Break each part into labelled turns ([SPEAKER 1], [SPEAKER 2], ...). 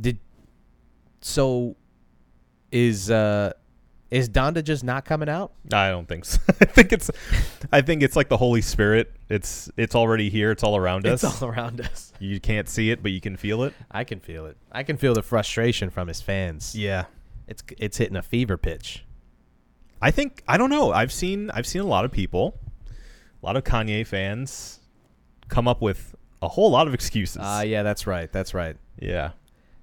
[SPEAKER 1] Did so is uh is Donda just not coming out?
[SPEAKER 2] I don't think so. I think it's I think it's like the Holy Spirit. It's it's already here. It's all around us.
[SPEAKER 1] It's all around us.
[SPEAKER 2] you can't see it, but you can feel it.
[SPEAKER 1] I can feel it. I can feel the frustration from his fans.
[SPEAKER 2] Yeah.
[SPEAKER 1] It's it's hitting a fever pitch.
[SPEAKER 2] I think I don't know. I've seen I've seen a lot of people, a lot of Kanye fans come up with a whole lot of excuses.
[SPEAKER 1] Ah, yeah, that's right. That's right.
[SPEAKER 2] yeah.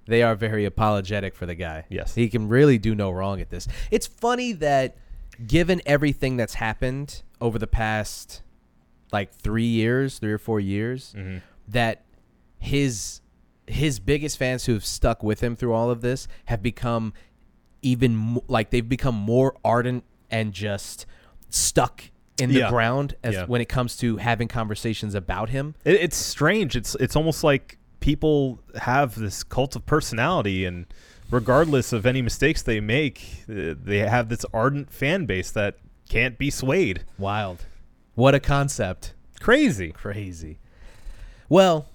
[SPEAKER 1] They are very apologetic for the guy.
[SPEAKER 2] Yes.
[SPEAKER 1] He can really do no wrong at this. It's funny that given everything that's happened over the past like 3 years, 3 or 4 years,
[SPEAKER 2] Mhm.
[SPEAKER 1] that his his biggest fans who've stuck with him through all of this have become even mo- like they've become more ardent and just stuck in the
[SPEAKER 2] Yeah.
[SPEAKER 1] ground as
[SPEAKER 2] Yeah.
[SPEAKER 1] when it comes to having conversations about him.
[SPEAKER 2] It, it's strange. It's it's almost like people have this cult of personality, and regardless of any mistakes they make, uh, they have this ardent fan base that can't be swayed.
[SPEAKER 1] Wild. What a concept.
[SPEAKER 2] Crazy.
[SPEAKER 1] Crazy. Well,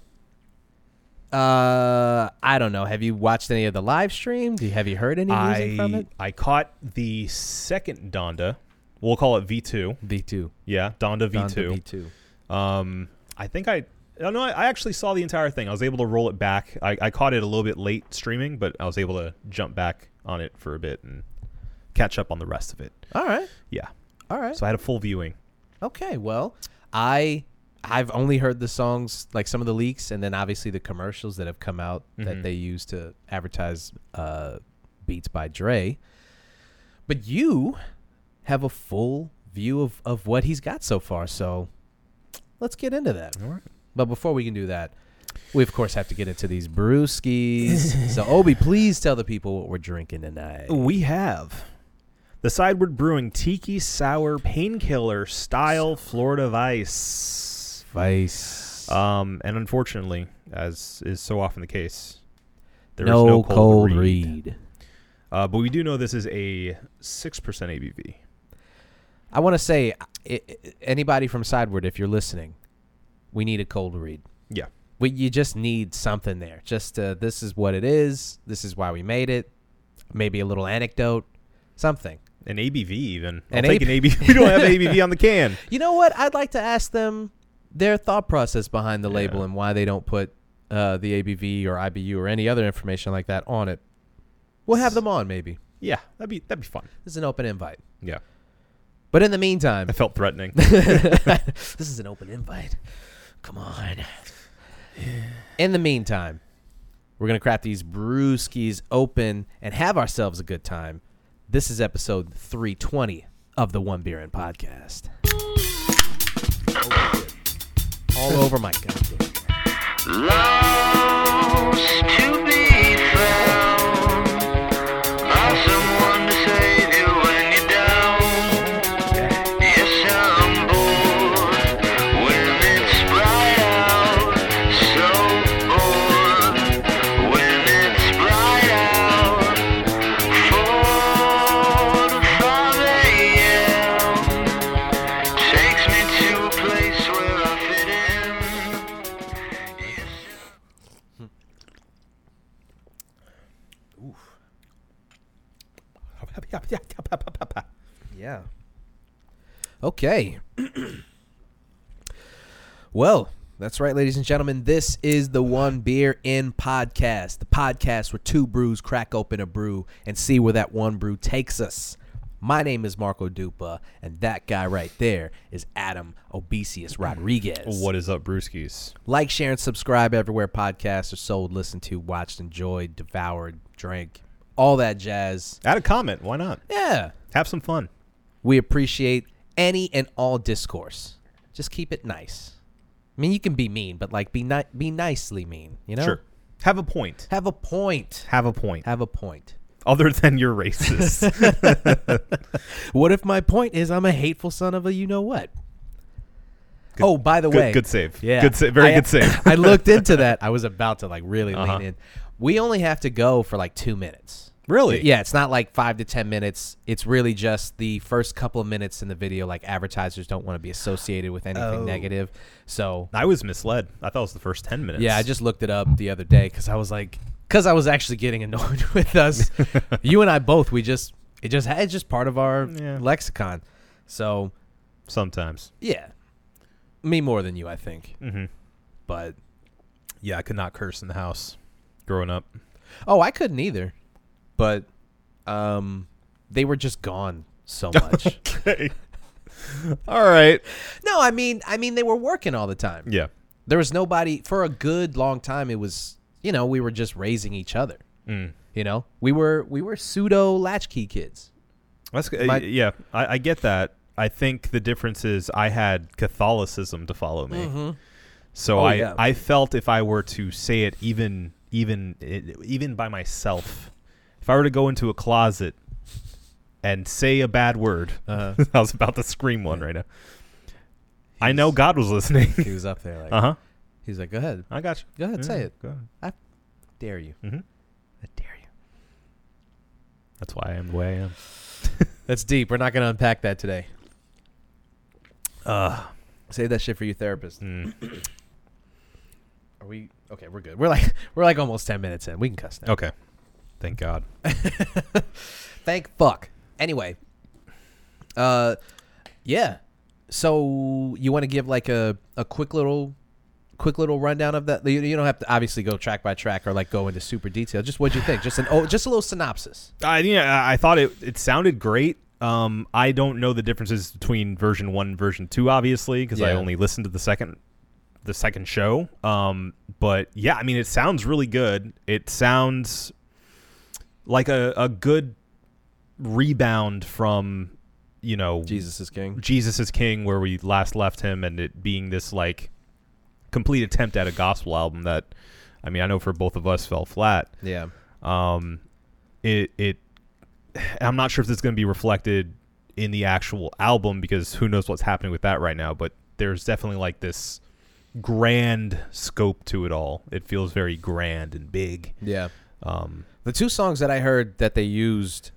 [SPEAKER 1] uh I don't know. Have you watched any of the live stream? Do you, have you heard any music from
[SPEAKER 2] I
[SPEAKER 1] it?
[SPEAKER 2] I caught the second Donda. We'll call it V two.
[SPEAKER 1] V2.
[SPEAKER 2] Yeah, Donda V
[SPEAKER 1] Donda
[SPEAKER 2] two.
[SPEAKER 1] V2.
[SPEAKER 2] Um, I think I. oh, No, no, I I actually saw the entire thing. I was able to roll it back. I, I caught it a little bit late streaming, but I was able to jump back on it for a bit and catch up on the rest of it.
[SPEAKER 1] All right.
[SPEAKER 2] Yeah.
[SPEAKER 1] All right.
[SPEAKER 2] So I had a full viewing.
[SPEAKER 1] Okay, well, I I've only heard the songs like some of the leaks, and then obviously the commercials that have come out
[SPEAKER 2] Mm-hmm.
[SPEAKER 1] that they use to advertise uh, Beats by Dre. But you have a full view of of what he's got so far, so let's get into that.
[SPEAKER 2] All right.
[SPEAKER 1] But before we can do that. We of course have to get into these brewskis. so Obi, please tell the people what we're drinking tonight.
[SPEAKER 2] We have the Sideward Brewing Tiki Sour Painkiller Style Florida Vice.
[SPEAKER 1] Vice.
[SPEAKER 2] Um, and unfortunately, as is so often the case, there is
[SPEAKER 1] no,
[SPEAKER 2] no
[SPEAKER 1] cold,
[SPEAKER 2] read.
[SPEAKER 1] read.
[SPEAKER 2] Uh, but we do know this is a six percent ABV.
[SPEAKER 1] I want to say, uh, i i anybody from Sideward, if you're listening, we need a cold read.
[SPEAKER 2] Yeah.
[SPEAKER 1] We, you just need something there. Just uh, this is what it is. This is why we made it. Maybe a little anecdote, something.
[SPEAKER 2] An ABV even. I'll
[SPEAKER 1] An
[SPEAKER 2] take
[SPEAKER 1] AB.
[SPEAKER 2] an ABV. We don't have an ABV on the can.
[SPEAKER 1] You know what? I'd like to ask them their thought process behind the label
[SPEAKER 2] Yeah.
[SPEAKER 1] and why they don't put uh, the ABV or IBU or any other information like that on it. We'll have them on maybe.
[SPEAKER 2] Yeah, that'd be that'd be fun.
[SPEAKER 1] This is an open invite.
[SPEAKER 2] Yeah,
[SPEAKER 1] But in the meantime,
[SPEAKER 2] I felt threatening.
[SPEAKER 1] this is an open invite. Come on. In the meantime, we're going to crack these brewskis open and have ourselves a good time. This is episode 320 of the One Beer In podcast. All over my goddamn.
[SPEAKER 3] Lost to be found. Not someone to save you when you're down. Yes, I'm bored when it's bright out. So bored when it's bright out. Four to five a.m. takes me to a place where I fit in.
[SPEAKER 1] Yeah. Okay. well, that's right, ladies and gentlemen. This is the One Beer In podcast, the podcast where two brews crack open a brew and see where that one brew takes us. My name is Marco Dupa, and that guy right there is Adam Obesius Rodriguez.
[SPEAKER 2] what is up, Brewskis?
[SPEAKER 1] Like, share, and subscribe everywhere podcasts are sold, listened to, watched, enjoyed, devoured, drank, all that jazz.
[SPEAKER 2] Add a comment. Why not?
[SPEAKER 1] Yeah.
[SPEAKER 2] Have some fun.
[SPEAKER 1] We appreciate any and all discourse. Just keep it nice. I mean, you can be mean, but like be ni- be nicely mean, you know?
[SPEAKER 2] Sure. Have a point.
[SPEAKER 1] Have a point.
[SPEAKER 2] Have a point.
[SPEAKER 1] Have a point.
[SPEAKER 2] Other than you're racist.
[SPEAKER 1] What if my point is I'm a hateful son of a you know what? oh, by the
[SPEAKER 2] good-
[SPEAKER 1] way.
[SPEAKER 2] good save.
[SPEAKER 1] Yeah.
[SPEAKER 2] Good sa- very
[SPEAKER 1] I-
[SPEAKER 2] good save.
[SPEAKER 1] I looked into that. I was about to like really
[SPEAKER 2] Uh-huh.
[SPEAKER 1] lean in. We only have to go for like 2 minutes.
[SPEAKER 2] really?
[SPEAKER 1] Yeah, it's not like five to ten minutes. It's really just the first couple of minutes in the video. Like advertisers don't want to be associated with anything
[SPEAKER 2] Oh.
[SPEAKER 1] negative. So
[SPEAKER 2] I was misled. I thought it was the first ten minutes.
[SPEAKER 1] yeah, I just looked it up the other day because I was like, because I was actually getting annoyed with us. you and I both. We just it just had it's just part of our
[SPEAKER 2] Yeah.
[SPEAKER 1] lexicon. So
[SPEAKER 2] Sometimes.
[SPEAKER 1] yeah, me more than you, I think.
[SPEAKER 2] Mm-hmm.
[SPEAKER 1] But
[SPEAKER 2] Yeah, I could not curse in the house growing up.
[SPEAKER 1] oh, I couldn't either. But um, they were just gone so much.
[SPEAKER 2] Okay. All right.
[SPEAKER 1] no, I mean, I mean, they were working all the time.
[SPEAKER 2] Yeah.
[SPEAKER 1] There was nobody for a good long time. It was you know we were just raising each other.
[SPEAKER 2] Mm.
[SPEAKER 1] You know we were we were pseudo latchkey kids.
[SPEAKER 2] That's good.
[SPEAKER 1] My-
[SPEAKER 2] yeah, I, I get that. I think the difference is I had Catholicism to follow me, so
[SPEAKER 1] Mm-hmm. Oh,
[SPEAKER 2] I
[SPEAKER 1] yeah.
[SPEAKER 2] I felt if I were to say it even even it, even by myself, if I were to go into a closet and say a bad word,
[SPEAKER 1] Uh-huh.
[SPEAKER 2] I was about to scream one right now. I know God was listening.
[SPEAKER 1] He was up there like
[SPEAKER 2] uh huh.
[SPEAKER 1] he's like go ahead
[SPEAKER 2] I got you.
[SPEAKER 1] go ahead say
[SPEAKER 2] Yeah,
[SPEAKER 1] it Mm-hmm.
[SPEAKER 2] go ahead.
[SPEAKER 1] dare you
[SPEAKER 2] Mhm.
[SPEAKER 1] I dare you.
[SPEAKER 2] That's why I am the way I am.
[SPEAKER 1] That's deep. We're not going to unpack that today.
[SPEAKER 2] Uh,
[SPEAKER 1] Save that shit for your therapist.
[SPEAKER 2] mm.
[SPEAKER 1] Are we okay? We're good. We're like we're like almost ten minutes in. We can cuss now.
[SPEAKER 2] Okay. Thank God.
[SPEAKER 1] Thank fuck. Anyway, uh, yeah. So you want to give like a a quick little quick little rundown of that? You, you don't have to obviously go track by track or like go into super detail. Just what'd you think? Just an oh, just a little synopsis.
[SPEAKER 2] I yeah, I- I thought it it sounded great. Um, I don't know the differences between version one and version two, obviously, because I
[SPEAKER 1] Yeah.
[SPEAKER 2] only listened to the second the second show. Um, but yeah, I mean, it sounds really good. It sounds like a, a good rebound from you know
[SPEAKER 1] Jesus is king.
[SPEAKER 2] Jesus is King, where we last left him, and it being this like complete attempt at a gospel album that, I mean, I know for both of us fell flat.
[SPEAKER 1] Yeah.
[SPEAKER 2] Um, it it I'm not sure if this is going to be reflected in the actual album because who knows what's happening with that right now. But there's definitely like this grand scope to it all. It feels very grand and big.
[SPEAKER 1] Yeah.
[SPEAKER 2] Um,
[SPEAKER 1] The two songs that I heard that they used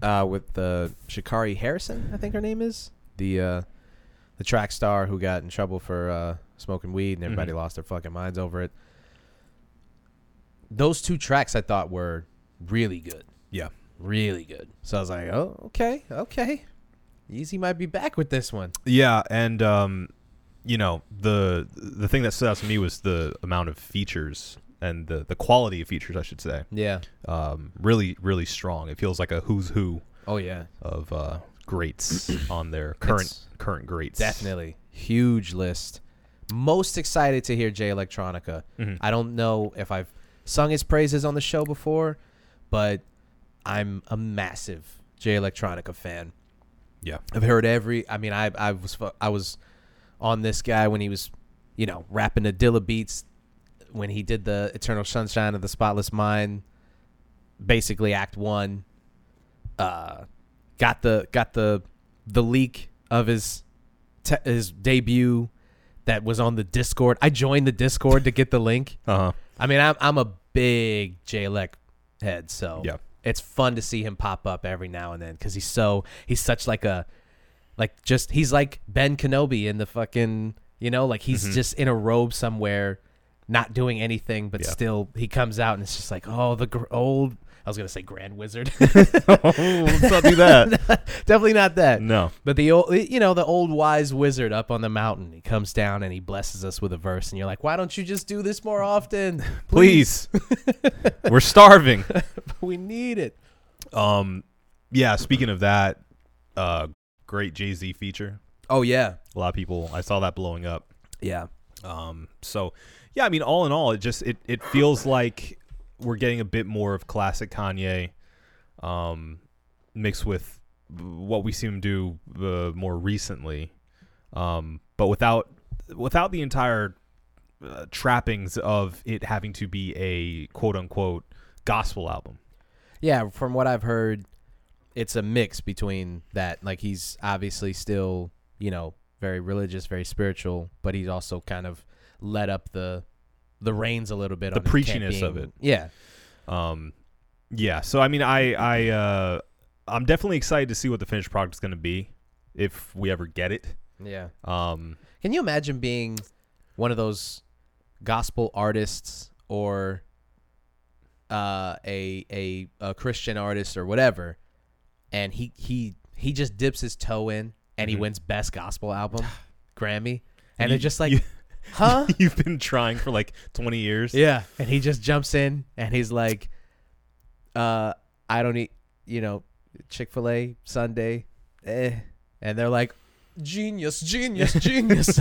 [SPEAKER 1] uh, with uh, Shikari Harrison, I think her name is the uh, the track star who got in trouble for uh, smoking weed and everybody
[SPEAKER 2] Mhm.
[SPEAKER 1] lost their fucking minds over it. Those two tracks I thought were really good,
[SPEAKER 2] yeah,
[SPEAKER 1] really good. So I was like, oh, okay, okay, Easy might be back with this one.
[SPEAKER 2] yeah, and um, you know the the thing that stood out to me was the amount of features and the the quality of features, I should say.
[SPEAKER 1] Yeah.
[SPEAKER 2] Um, really, really strong. It feels like a who's who
[SPEAKER 1] Oh yeah.
[SPEAKER 2] of uh, greats on their current
[SPEAKER 1] It's-
[SPEAKER 2] current greats.
[SPEAKER 1] Definitely. Huge list. Most excited to hear Jay Electronica.
[SPEAKER 2] Mhm.
[SPEAKER 1] I don't know if I've sung his praises on the show before, but I'm a massive Jay Electronica fan.
[SPEAKER 2] Yeah.
[SPEAKER 1] I've heard every. I mean, I I was fu- I was on this guy when he was, you know, rapping the Dilla beats when he did the Eternal Sunshine of the Spotless Mind, basically Act One. Uh, got the got the the leak of his te- his debut that was on the Discord. I joined the Discord to get the link.
[SPEAKER 2] Uh huh.
[SPEAKER 1] I mean, I'm I'm a big J-Lec head, so
[SPEAKER 2] Yeah.
[SPEAKER 1] it's fun to see him pop up every now and then because he's so he's such like a like just he's like Ben Kenobi in the fucking you know like he's
[SPEAKER 2] Mm-hmm.
[SPEAKER 1] just in a robe somewhere, not doing anything, but
[SPEAKER 2] Yeah.
[SPEAKER 1] still he comes out and it's just like oh the gr- old I was gonna say Grand Wizard,
[SPEAKER 2] oh, let's not do that.
[SPEAKER 1] definitely not that.
[SPEAKER 2] No.
[SPEAKER 1] But the old, you know, the old wise wizard up on the mountain, he comes down and he blesses us with a verse, and you're like, why don't you just do this more often,
[SPEAKER 2] Please. We're starving.
[SPEAKER 1] we need it.
[SPEAKER 2] Um yeah, speaking of that, uh great Jay-Z feature.
[SPEAKER 1] Oh yeah,
[SPEAKER 2] A lot of people I saw that blowing up.
[SPEAKER 1] yeah,
[SPEAKER 2] Um so yeah, I mean all in all it just it it feels like we're getting a bit more of classic Kanye um mixed with what we see him do uh, more recently. Um but without without the entire uh, trappings of it having to be a quote unquote gospel album.
[SPEAKER 1] yeah. From what I've heard, it's a mix between that. Like he's obviously still, you know, very religious, very spiritual, but he's also kind of let up the the reins a little bit.
[SPEAKER 2] The
[SPEAKER 1] on him can't
[SPEAKER 2] preachiness of
[SPEAKER 1] being-
[SPEAKER 2] it.
[SPEAKER 1] Yeah,
[SPEAKER 2] Um, yeah. So I mean, I I uh, I'm definitely excited to see what the finished product is going to be if we ever get it.
[SPEAKER 1] yeah.
[SPEAKER 2] Um,
[SPEAKER 1] Can you imagine being one of those gospel artists or uh, a, a a Christian artist or whatever, and he he he just dips his toe in and he wins Best Gospel Album Grammy, and
[SPEAKER 2] Mm-hmm. You-
[SPEAKER 1] they're just like,
[SPEAKER 2] you-
[SPEAKER 1] huh?
[SPEAKER 2] You've been trying for like 20 years.
[SPEAKER 1] Yeah, and he just jumps in and he's like, uh, I don't eat, you know, Chick fil A Sunday. Eh. And they're like, genius, genius, genius.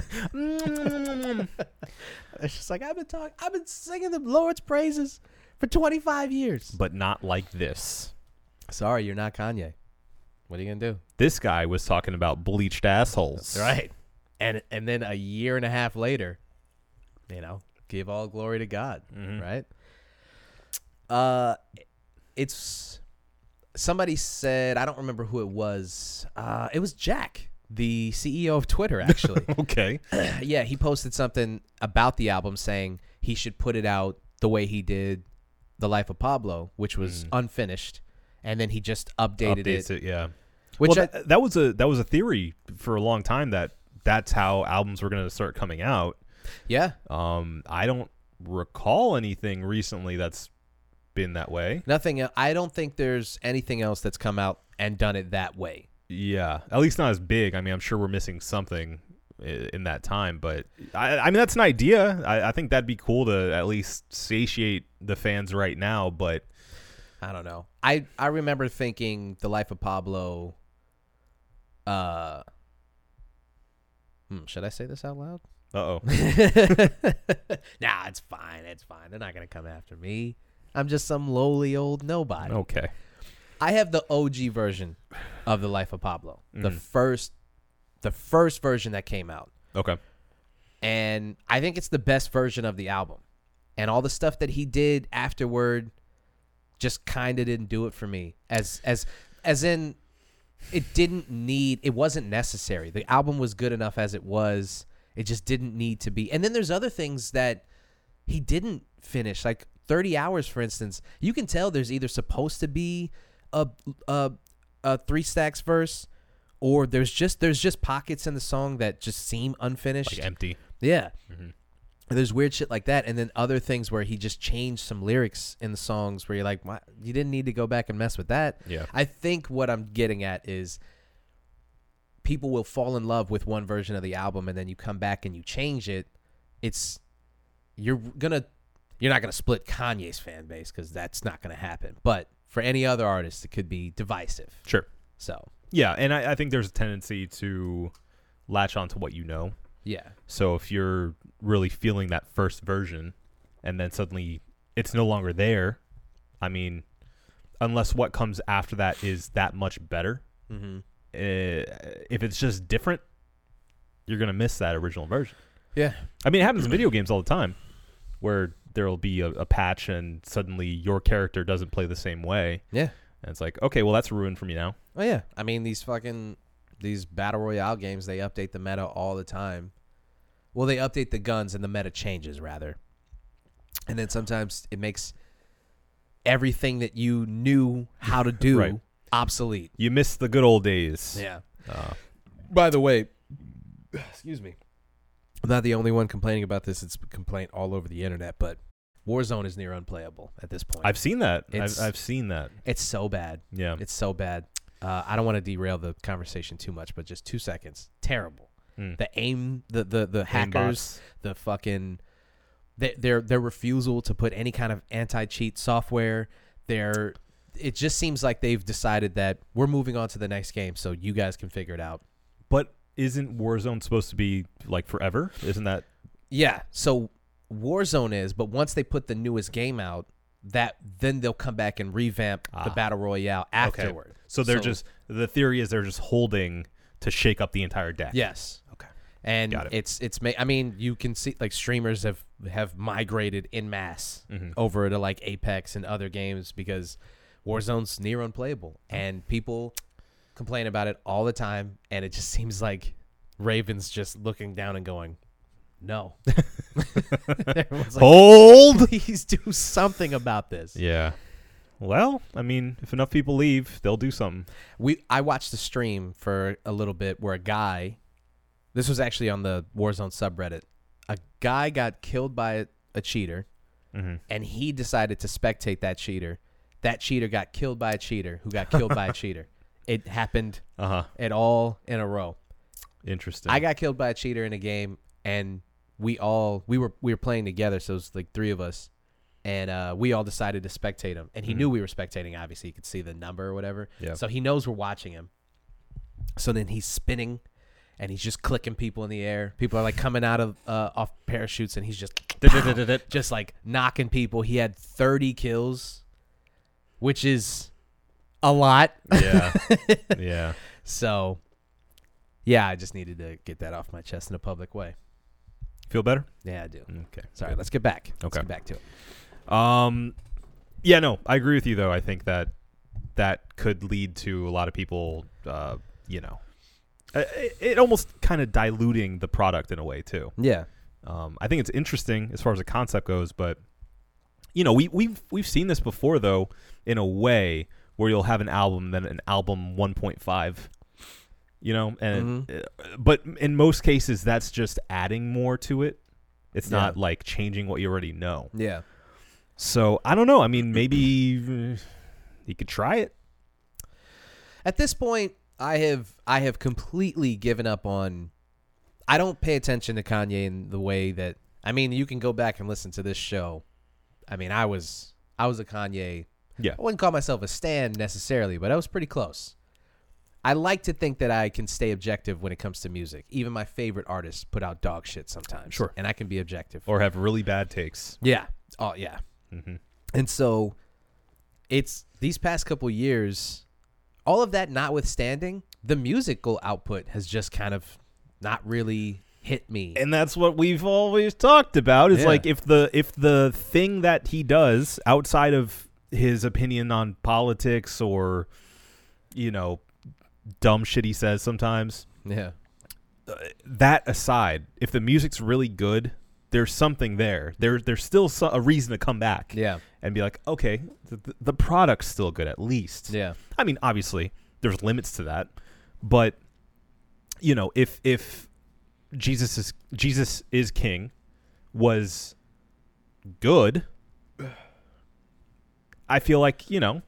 [SPEAKER 1] it's just like, I've been talking, I've been singing the Lord's praises for 25 years.
[SPEAKER 2] But not like this.
[SPEAKER 1] Sorry, you're not Kanye. What are you going to do?
[SPEAKER 2] This guy was talking about bleached assholes.
[SPEAKER 1] Right. And, and then a year and a half later, you know, give all glory to God.
[SPEAKER 2] Mm-hmm.
[SPEAKER 1] right? Uh, it's somebody said I don't remember who it was. Uh, it was Jack, the CEO of Twitter, actually.
[SPEAKER 2] Okay.
[SPEAKER 1] yeah, he posted something about the album saying he should put it out the way he did the Life of Pablo, which was unfinished, and then he just updated
[SPEAKER 2] Mm. Updates
[SPEAKER 1] it,
[SPEAKER 2] it. Yeah.
[SPEAKER 1] which
[SPEAKER 2] well,
[SPEAKER 1] I-
[SPEAKER 2] that, that was a that was a theory for a long time that that's how albums were going to start coming out.
[SPEAKER 1] yeah,
[SPEAKER 2] Um, I don't recall anything recently that's been that way.
[SPEAKER 1] nothing. el- I don't think there's anything else that's come out and done it that way.
[SPEAKER 2] Yeah, at least not as big. I mean, I'm sure we're missing something i- in that time, but I, I mean, that's an idea. I, I think that'd be cool to at least satiate the fans right now. But
[SPEAKER 1] I don't know. I I remember thinking the life of Pablo. Uh, hmm, should I say this out loud?
[SPEAKER 2] uh oh,
[SPEAKER 1] nah, it's fine. It's fine. They're not gonna come after me. I'm just some lowly old nobody.
[SPEAKER 2] okay,
[SPEAKER 1] I have the OG version of the life of Pablo, the first, the first version that came out,
[SPEAKER 2] okay,
[SPEAKER 1] and I think it's the best version of the album. And all the stuff that he did afterward, just kind of didn't do it for me as as as in it didn't need it wasn't necessary the album was good enough as it was it just didn't need to be and then there's other things that he didn't finish like 30 hours for instance you can tell there's either supposed to be a a, a three stacks verse or there's just there's just pockets in the song that just seem unfinished
[SPEAKER 2] like empty.
[SPEAKER 1] yeah.
[SPEAKER 2] Mm-hmm.
[SPEAKER 1] There's weird shit like that, and then other things where he just changed some lyrics in the songs where you're like, "Why you didn't need to go back and mess with that."
[SPEAKER 2] Yeah.
[SPEAKER 1] I think what I'm getting at is people will fall in love with one version of the album, and then you come back and you change it. It's you're gonna you're not gonna split Kanye's fan base because that's not gonna happen. But for any other artist, it could be divisive.
[SPEAKER 2] Sure.
[SPEAKER 1] So
[SPEAKER 2] Yeah, and I, I think there's a tendency to latch onto what you know.
[SPEAKER 1] yeah,
[SPEAKER 2] So if you're really feeling that first version, and then suddenly it's no longer there, I mean, unless what comes after that is that much better.
[SPEAKER 1] mm-hmm.
[SPEAKER 2] uh, if it's just different, you're gonna miss that original version.
[SPEAKER 1] yeah,
[SPEAKER 2] I mean, it happens in video games all the time, where there'll be a, a patch and suddenly your character doesn't play the same way,
[SPEAKER 1] yeah.
[SPEAKER 2] and it's like, okay, well that's ruined for me now.
[SPEAKER 1] Oh yeah, I mean these fucking these battle royale games they update the meta all the time. Well, they update the guns and the meta changes rather, and then sometimes it makes everything that you knew how to do
[SPEAKER 2] Right.
[SPEAKER 1] obsolete.
[SPEAKER 2] You miss the good old days.
[SPEAKER 1] Yeah.
[SPEAKER 2] Uh,
[SPEAKER 1] By the way, excuse me. I'm not the only one complaining about this. It's a complaint all over the internet, but Warzone is near unplayable at this point.
[SPEAKER 2] I've seen that. I've,
[SPEAKER 1] It's-
[SPEAKER 2] I've seen that.
[SPEAKER 1] it's so bad.
[SPEAKER 2] Yeah.
[SPEAKER 1] It's so bad. Uh, I don't want to derail the conversation too much, but just two seconds. Terrible.
[SPEAKER 2] Mm.
[SPEAKER 1] The aim, the the the hackers, the fucking, their their their refusal to put any kind of anti cheat software. Their it just seems like they've decided that we're moving on to the next game, so you guys can figure it out.
[SPEAKER 2] But isn't Warzone supposed to be like forever? Isn't that
[SPEAKER 1] Yeah. So Warzone is, but once they put the newest game out, that then they'll come back and revamp the
[SPEAKER 2] Ah.
[SPEAKER 1] battle royale
[SPEAKER 2] okay?
[SPEAKER 1] afterward.
[SPEAKER 2] So they're just the theory is they're just holding to shake up the entire deck.
[SPEAKER 1] Yes.
[SPEAKER 2] Okay.
[SPEAKER 1] And
[SPEAKER 2] Got it.
[SPEAKER 1] it's it's ma- I mean you can see like streamers have have migrated in mass
[SPEAKER 2] Mm-hmm.
[SPEAKER 1] over to like Apex and other games because Warzone's near unplayable and people complain about it all the time and it just seems like Raven's just looking down and going no. Everyone's like,
[SPEAKER 2] Hold.
[SPEAKER 1] please do something about this.
[SPEAKER 2] Yeah. Well, I mean, if enough people leave, they'll do something.
[SPEAKER 1] we I watched a stream for a little bit where a guy this was actually on the Warzone subreddit. A guy got killed by a, a cheater
[SPEAKER 2] Mm-hmm.
[SPEAKER 1] and he decided to spectate that cheater. That cheater got killed by a cheater who got killed by a cheater. It happened
[SPEAKER 2] Uh huh.
[SPEAKER 1] it all in a row.
[SPEAKER 2] Interesting.
[SPEAKER 1] I got killed by a cheater in a game, and we all we were we were playing together, so it was like three of us, and uh, we all decided to spectate him. And he knew we were spectating. Obviously, he could see the number or whatever.
[SPEAKER 2] Mm-hmm. Yeah.
[SPEAKER 1] So he knows we're watching him. So then he's spinning, and he's just clicking people in the air. People are like coming out of uh, off parachutes, and he's just just like knocking people. He had thirty kills, which is a lot.
[SPEAKER 2] yeah. Yeah.
[SPEAKER 1] So, yeah, I just needed to get that off my chest in a public way.
[SPEAKER 2] Feel better?
[SPEAKER 1] Mm. Yeah, I do.
[SPEAKER 2] Okay.
[SPEAKER 1] Sorry, let's get back. Let's
[SPEAKER 2] Okay.
[SPEAKER 1] get back to it.
[SPEAKER 2] Um, yeah, no, I agree with you though. I think that that could lead to a lot of people, uh, you know, uh, it, it almost kind of diluting the product in a way too.
[SPEAKER 1] Yeah.
[SPEAKER 2] Um, I think it's interesting as far as the concept goes, but you know, we we've we've seen this before though, in a way where you'll have an album then an album 1.5. You know, and uh, but in most cases that's just adding more to it. It's
[SPEAKER 1] Yeah.
[SPEAKER 2] not like changing what you already know.
[SPEAKER 1] Yeah.
[SPEAKER 2] So I don't know. I mean, maybe uh, he could try it.
[SPEAKER 1] At this point, I have I have completely given up on I don't pay attention to Kanye in the way that I mean, you can go back and listen to this show. I mean, I was I was a Kanye.
[SPEAKER 2] Yeah.
[SPEAKER 1] I wouldn't call myself a stan necessarily, but I was pretty close. I like to think that I can stay objective when it comes to music. Even my favorite artists put out dog shit sometimes.
[SPEAKER 2] Sure.
[SPEAKER 1] And I can be objective.
[SPEAKER 2] Or have really bad takes. Mm-hmm.
[SPEAKER 1] Yeah. Oh, yeah. And so it's these past couple years, all of that notwithstanding, the musical output has just kind of not really hit me.
[SPEAKER 2] And that's what we've always talked about. Is
[SPEAKER 1] Yeah.
[SPEAKER 2] like if the if the thing that he does outside of his opinion on politics or you know dumb shit he says sometimes
[SPEAKER 1] yeah.
[SPEAKER 2] that aside if the music's really good there's something there there there's still so- a reason to come back
[SPEAKER 1] Yeah.
[SPEAKER 2] and be like okay the, the product's still good at least
[SPEAKER 1] Yeah.
[SPEAKER 2] I mean, obviously, there's limits to that, but you know, if if Jesus is Jesus is King was good, I feel like you know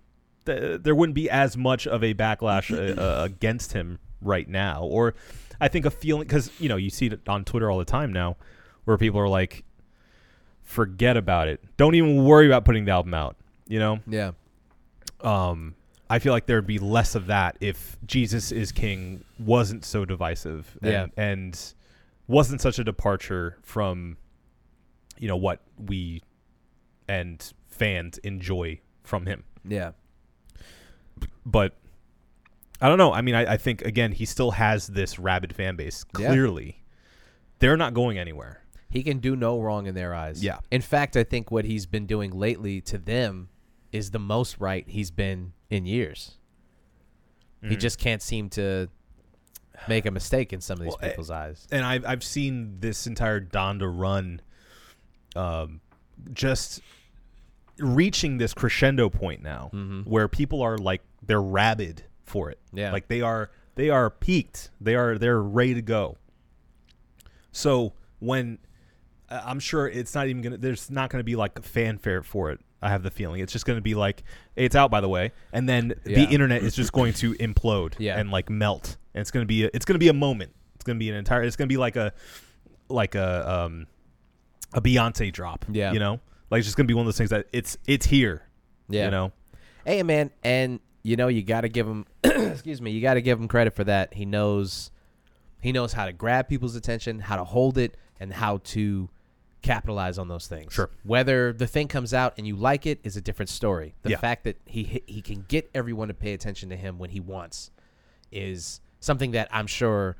[SPEAKER 2] th- there wouldn't be as much of a backlash uh, uh, against him right now, or I think a feeling because you know you see it on Twitter all the time now, where people are like, forget about it, don't even worry about putting the album out, you know
[SPEAKER 1] Yeah.
[SPEAKER 2] um, I feel like there'd be less of that if Jesus is King wasn't so divisive and,
[SPEAKER 1] Yeah.
[SPEAKER 2] and wasn't such a departure from, you know, what we and fans enjoy from him.
[SPEAKER 1] Yeah.
[SPEAKER 2] But I don't know. I mean, I, I think, again, he still has this rabid fan base.
[SPEAKER 1] Yeah.
[SPEAKER 2] Clearly, they're not going anywhere.
[SPEAKER 1] He can do no wrong in their eyes.
[SPEAKER 2] Yeah.
[SPEAKER 1] In fact, I think what he's been doing lately to them is the most right he's been in years.
[SPEAKER 2] Mm.
[SPEAKER 1] He just can't seem to make a mistake in some of these
[SPEAKER 2] Well, eh,
[SPEAKER 1] people's eyes.
[SPEAKER 2] and I've I've seen this entire Donda run, um, just reaching this crescendo point now, where people are like they're rabid for it.
[SPEAKER 1] Mm-hmm. Yeah.
[SPEAKER 2] like they are they are peaked. They are they're ready to go. So when I- I'm sure it's not even gonna there's not gonna be like fanfare for it. I have the feeling it's just gonna be like it's out by the way, and then
[SPEAKER 1] Yeah.
[SPEAKER 2] the internet is just going to implode
[SPEAKER 1] Yeah.
[SPEAKER 2] and like melt. And it's gonna be a, it's gonna be a moment. It's gonna be an entire. It's gonna be like a like a um a Beyonce drop.
[SPEAKER 1] Yeah.
[SPEAKER 2] you know, like it's just gonna be one of those things that it's it's here.
[SPEAKER 1] Yeah.
[SPEAKER 2] you know.
[SPEAKER 1] Hey, man, and you know you got to give him. excuse me, you got to give him credit for that. He knows, he knows how to grab people's attention, how to hold it, and how to capitalize on those things.
[SPEAKER 2] Sure.
[SPEAKER 1] Whether the thing comes out and you like it is a different story. The
[SPEAKER 2] Yeah.
[SPEAKER 1] fact that he hi- he can get everyone to pay attention to him when he wants is something that I'm sure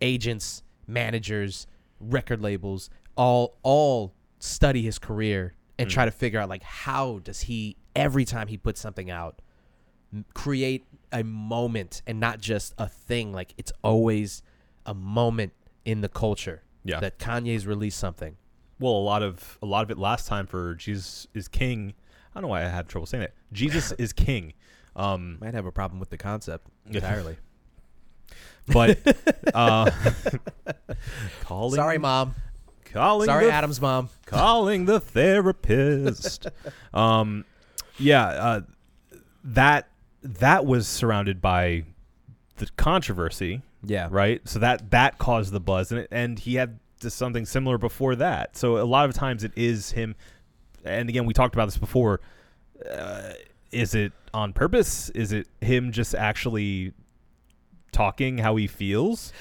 [SPEAKER 1] agents, managers, record labels all all study his career
[SPEAKER 2] Mm.
[SPEAKER 1] and try to figure out like how does he every time he puts something out m- create a moment and not just a thing like it's always a moment in the culture
[SPEAKER 2] Yeah.
[SPEAKER 1] that Kanye's released something.
[SPEAKER 2] Well, a lot of a lot of it last time for Jesus is King. I don't know why I have trouble saying that. Jesus is King. Um,
[SPEAKER 1] Might have a problem with the concept entirely.
[SPEAKER 2] but uh, calling
[SPEAKER 1] Sorry, mom.
[SPEAKER 2] Calling
[SPEAKER 1] Sorry,
[SPEAKER 2] the
[SPEAKER 1] Adam's mom.
[SPEAKER 2] calling the therapist. um, yeah, uh, that that was surrounded by the controversy,
[SPEAKER 1] Yeah.
[SPEAKER 2] right? So that that caused the buzz, and it, and he had just something similar before that. So a lot of times it is him. And again, we talked about this before. Uh, is it on purpose? Is it him just actually talking how he feels?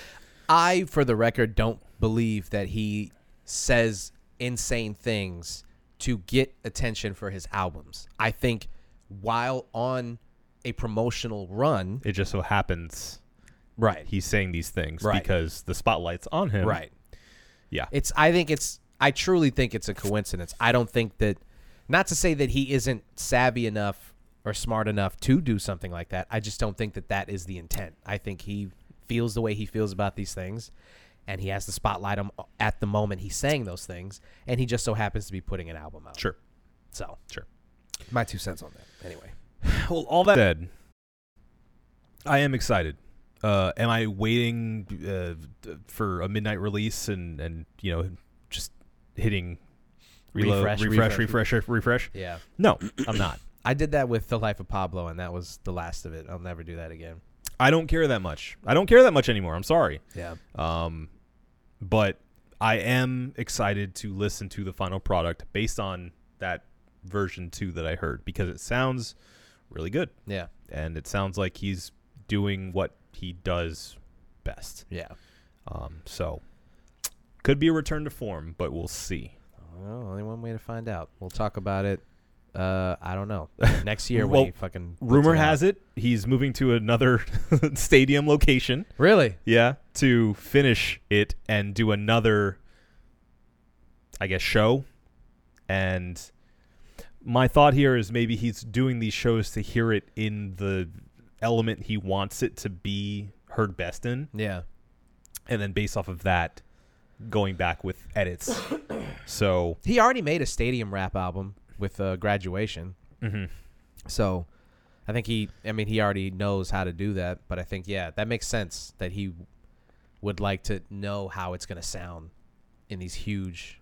[SPEAKER 1] I, for the record, don't believe that he says insane things to get attention for his albums. I think while on a promotional run,
[SPEAKER 2] It just so happens
[SPEAKER 1] right,
[SPEAKER 2] he's saying these things
[SPEAKER 1] Right.
[SPEAKER 2] because the spotlight's on him.
[SPEAKER 1] right.
[SPEAKER 2] Yeah.
[SPEAKER 1] It's. I think it's. I truly think it's a coincidence. I don't think that. Not to say that he isn't savvy enough or smart enough to do something like that. I just don't think that that is the intent. I think he feels the way he feels about these things, and he has the spotlight on, at the moment he's saying those things, and he just so happens to be putting an album out.
[SPEAKER 2] Sure.
[SPEAKER 1] So
[SPEAKER 2] Sure.
[SPEAKER 1] my two cents on that. Anyway.
[SPEAKER 2] Well, all that said, I am excited. Uh, am I waiting uh, for a midnight release and, and you know just hitting reload,
[SPEAKER 1] Refresh,
[SPEAKER 2] refresh,
[SPEAKER 1] refresh.
[SPEAKER 2] refresh, refresh, refresh?
[SPEAKER 1] Yeah.
[SPEAKER 2] No, I'm not.
[SPEAKER 1] I did that with The Life of Pablo, and that was the last of it. I'll never do that again.
[SPEAKER 2] I don't care that much. I don't care that much anymore. I'm sorry.
[SPEAKER 1] Yeah.
[SPEAKER 2] Um, but I am excited to listen to the final product based on that version two that I heard because it sounds really good.
[SPEAKER 1] Yeah.
[SPEAKER 2] and it sounds like he's doing what he does best.
[SPEAKER 1] Yeah.
[SPEAKER 2] Um, so could be a return to form, but we'll see.
[SPEAKER 1] Well, only one way to find out. We'll talk about it. Uh, I don't know. Next year,
[SPEAKER 2] Well,
[SPEAKER 1] when he fucking puts
[SPEAKER 2] Rumor
[SPEAKER 1] it out.
[SPEAKER 2] has it he's moving to another stadium location,
[SPEAKER 1] really.
[SPEAKER 2] yeah, to finish it and do another, I guess, show. And my thought here is maybe he's doing these shows to hear it in the element he wants it to be heard best in.
[SPEAKER 1] Yeah,
[SPEAKER 2] and then based off of that, going back with edits. so
[SPEAKER 1] he already made a stadium rap album with uh, graduation,
[SPEAKER 2] mm-hmm.
[SPEAKER 1] so I think he. I mean, he already knows how to do that. But I think yeah, that makes sense that he would like to know how it's gonna sound in these huge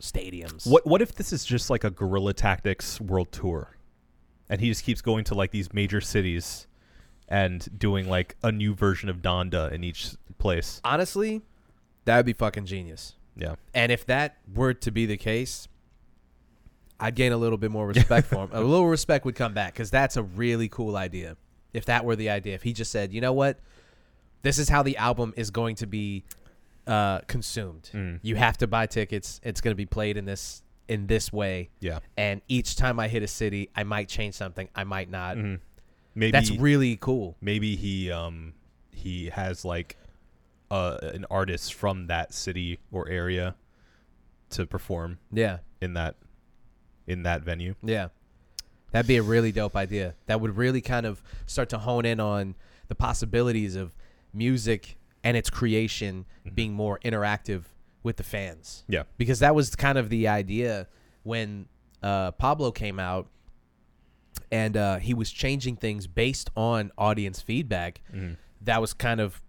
[SPEAKER 1] stadiums.
[SPEAKER 2] what what if this is just like a guerrilla tactics world tour, and he just keeps going to like these major cities, and doing like a new version of Donda in each place?
[SPEAKER 1] Honestly, that would be fucking genius.
[SPEAKER 2] Yeah,
[SPEAKER 1] And if that were to be the case, I'd gain a little bit more respect for him. A little respect would come back because that's a really cool idea. If that were the idea, if he just said, you know what, this is how the album is going to be uh, consumed. You have to buy tickets. It's going to be played in this in this way.
[SPEAKER 2] Yeah.
[SPEAKER 1] And each time I hit a city, I might change something. I might not.
[SPEAKER 2] Mm,
[SPEAKER 1] Mm-hmm.
[SPEAKER 2] maybe
[SPEAKER 1] That's really cool.
[SPEAKER 2] maybe he um he has like uh, an artist from that city or area to perform
[SPEAKER 1] Yeah.
[SPEAKER 2] in that in that venue.
[SPEAKER 1] Yeah. That'd be a really dope idea. That would really kind of start to hone in on the possibilities of music and its creation being more interactive with the fans.
[SPEAKER 2] Yeah.
[SPEAKER 1] Because that was kind of the idea when uh, Pablo came out and uh, he was changing things based on audience feedback. That was kind of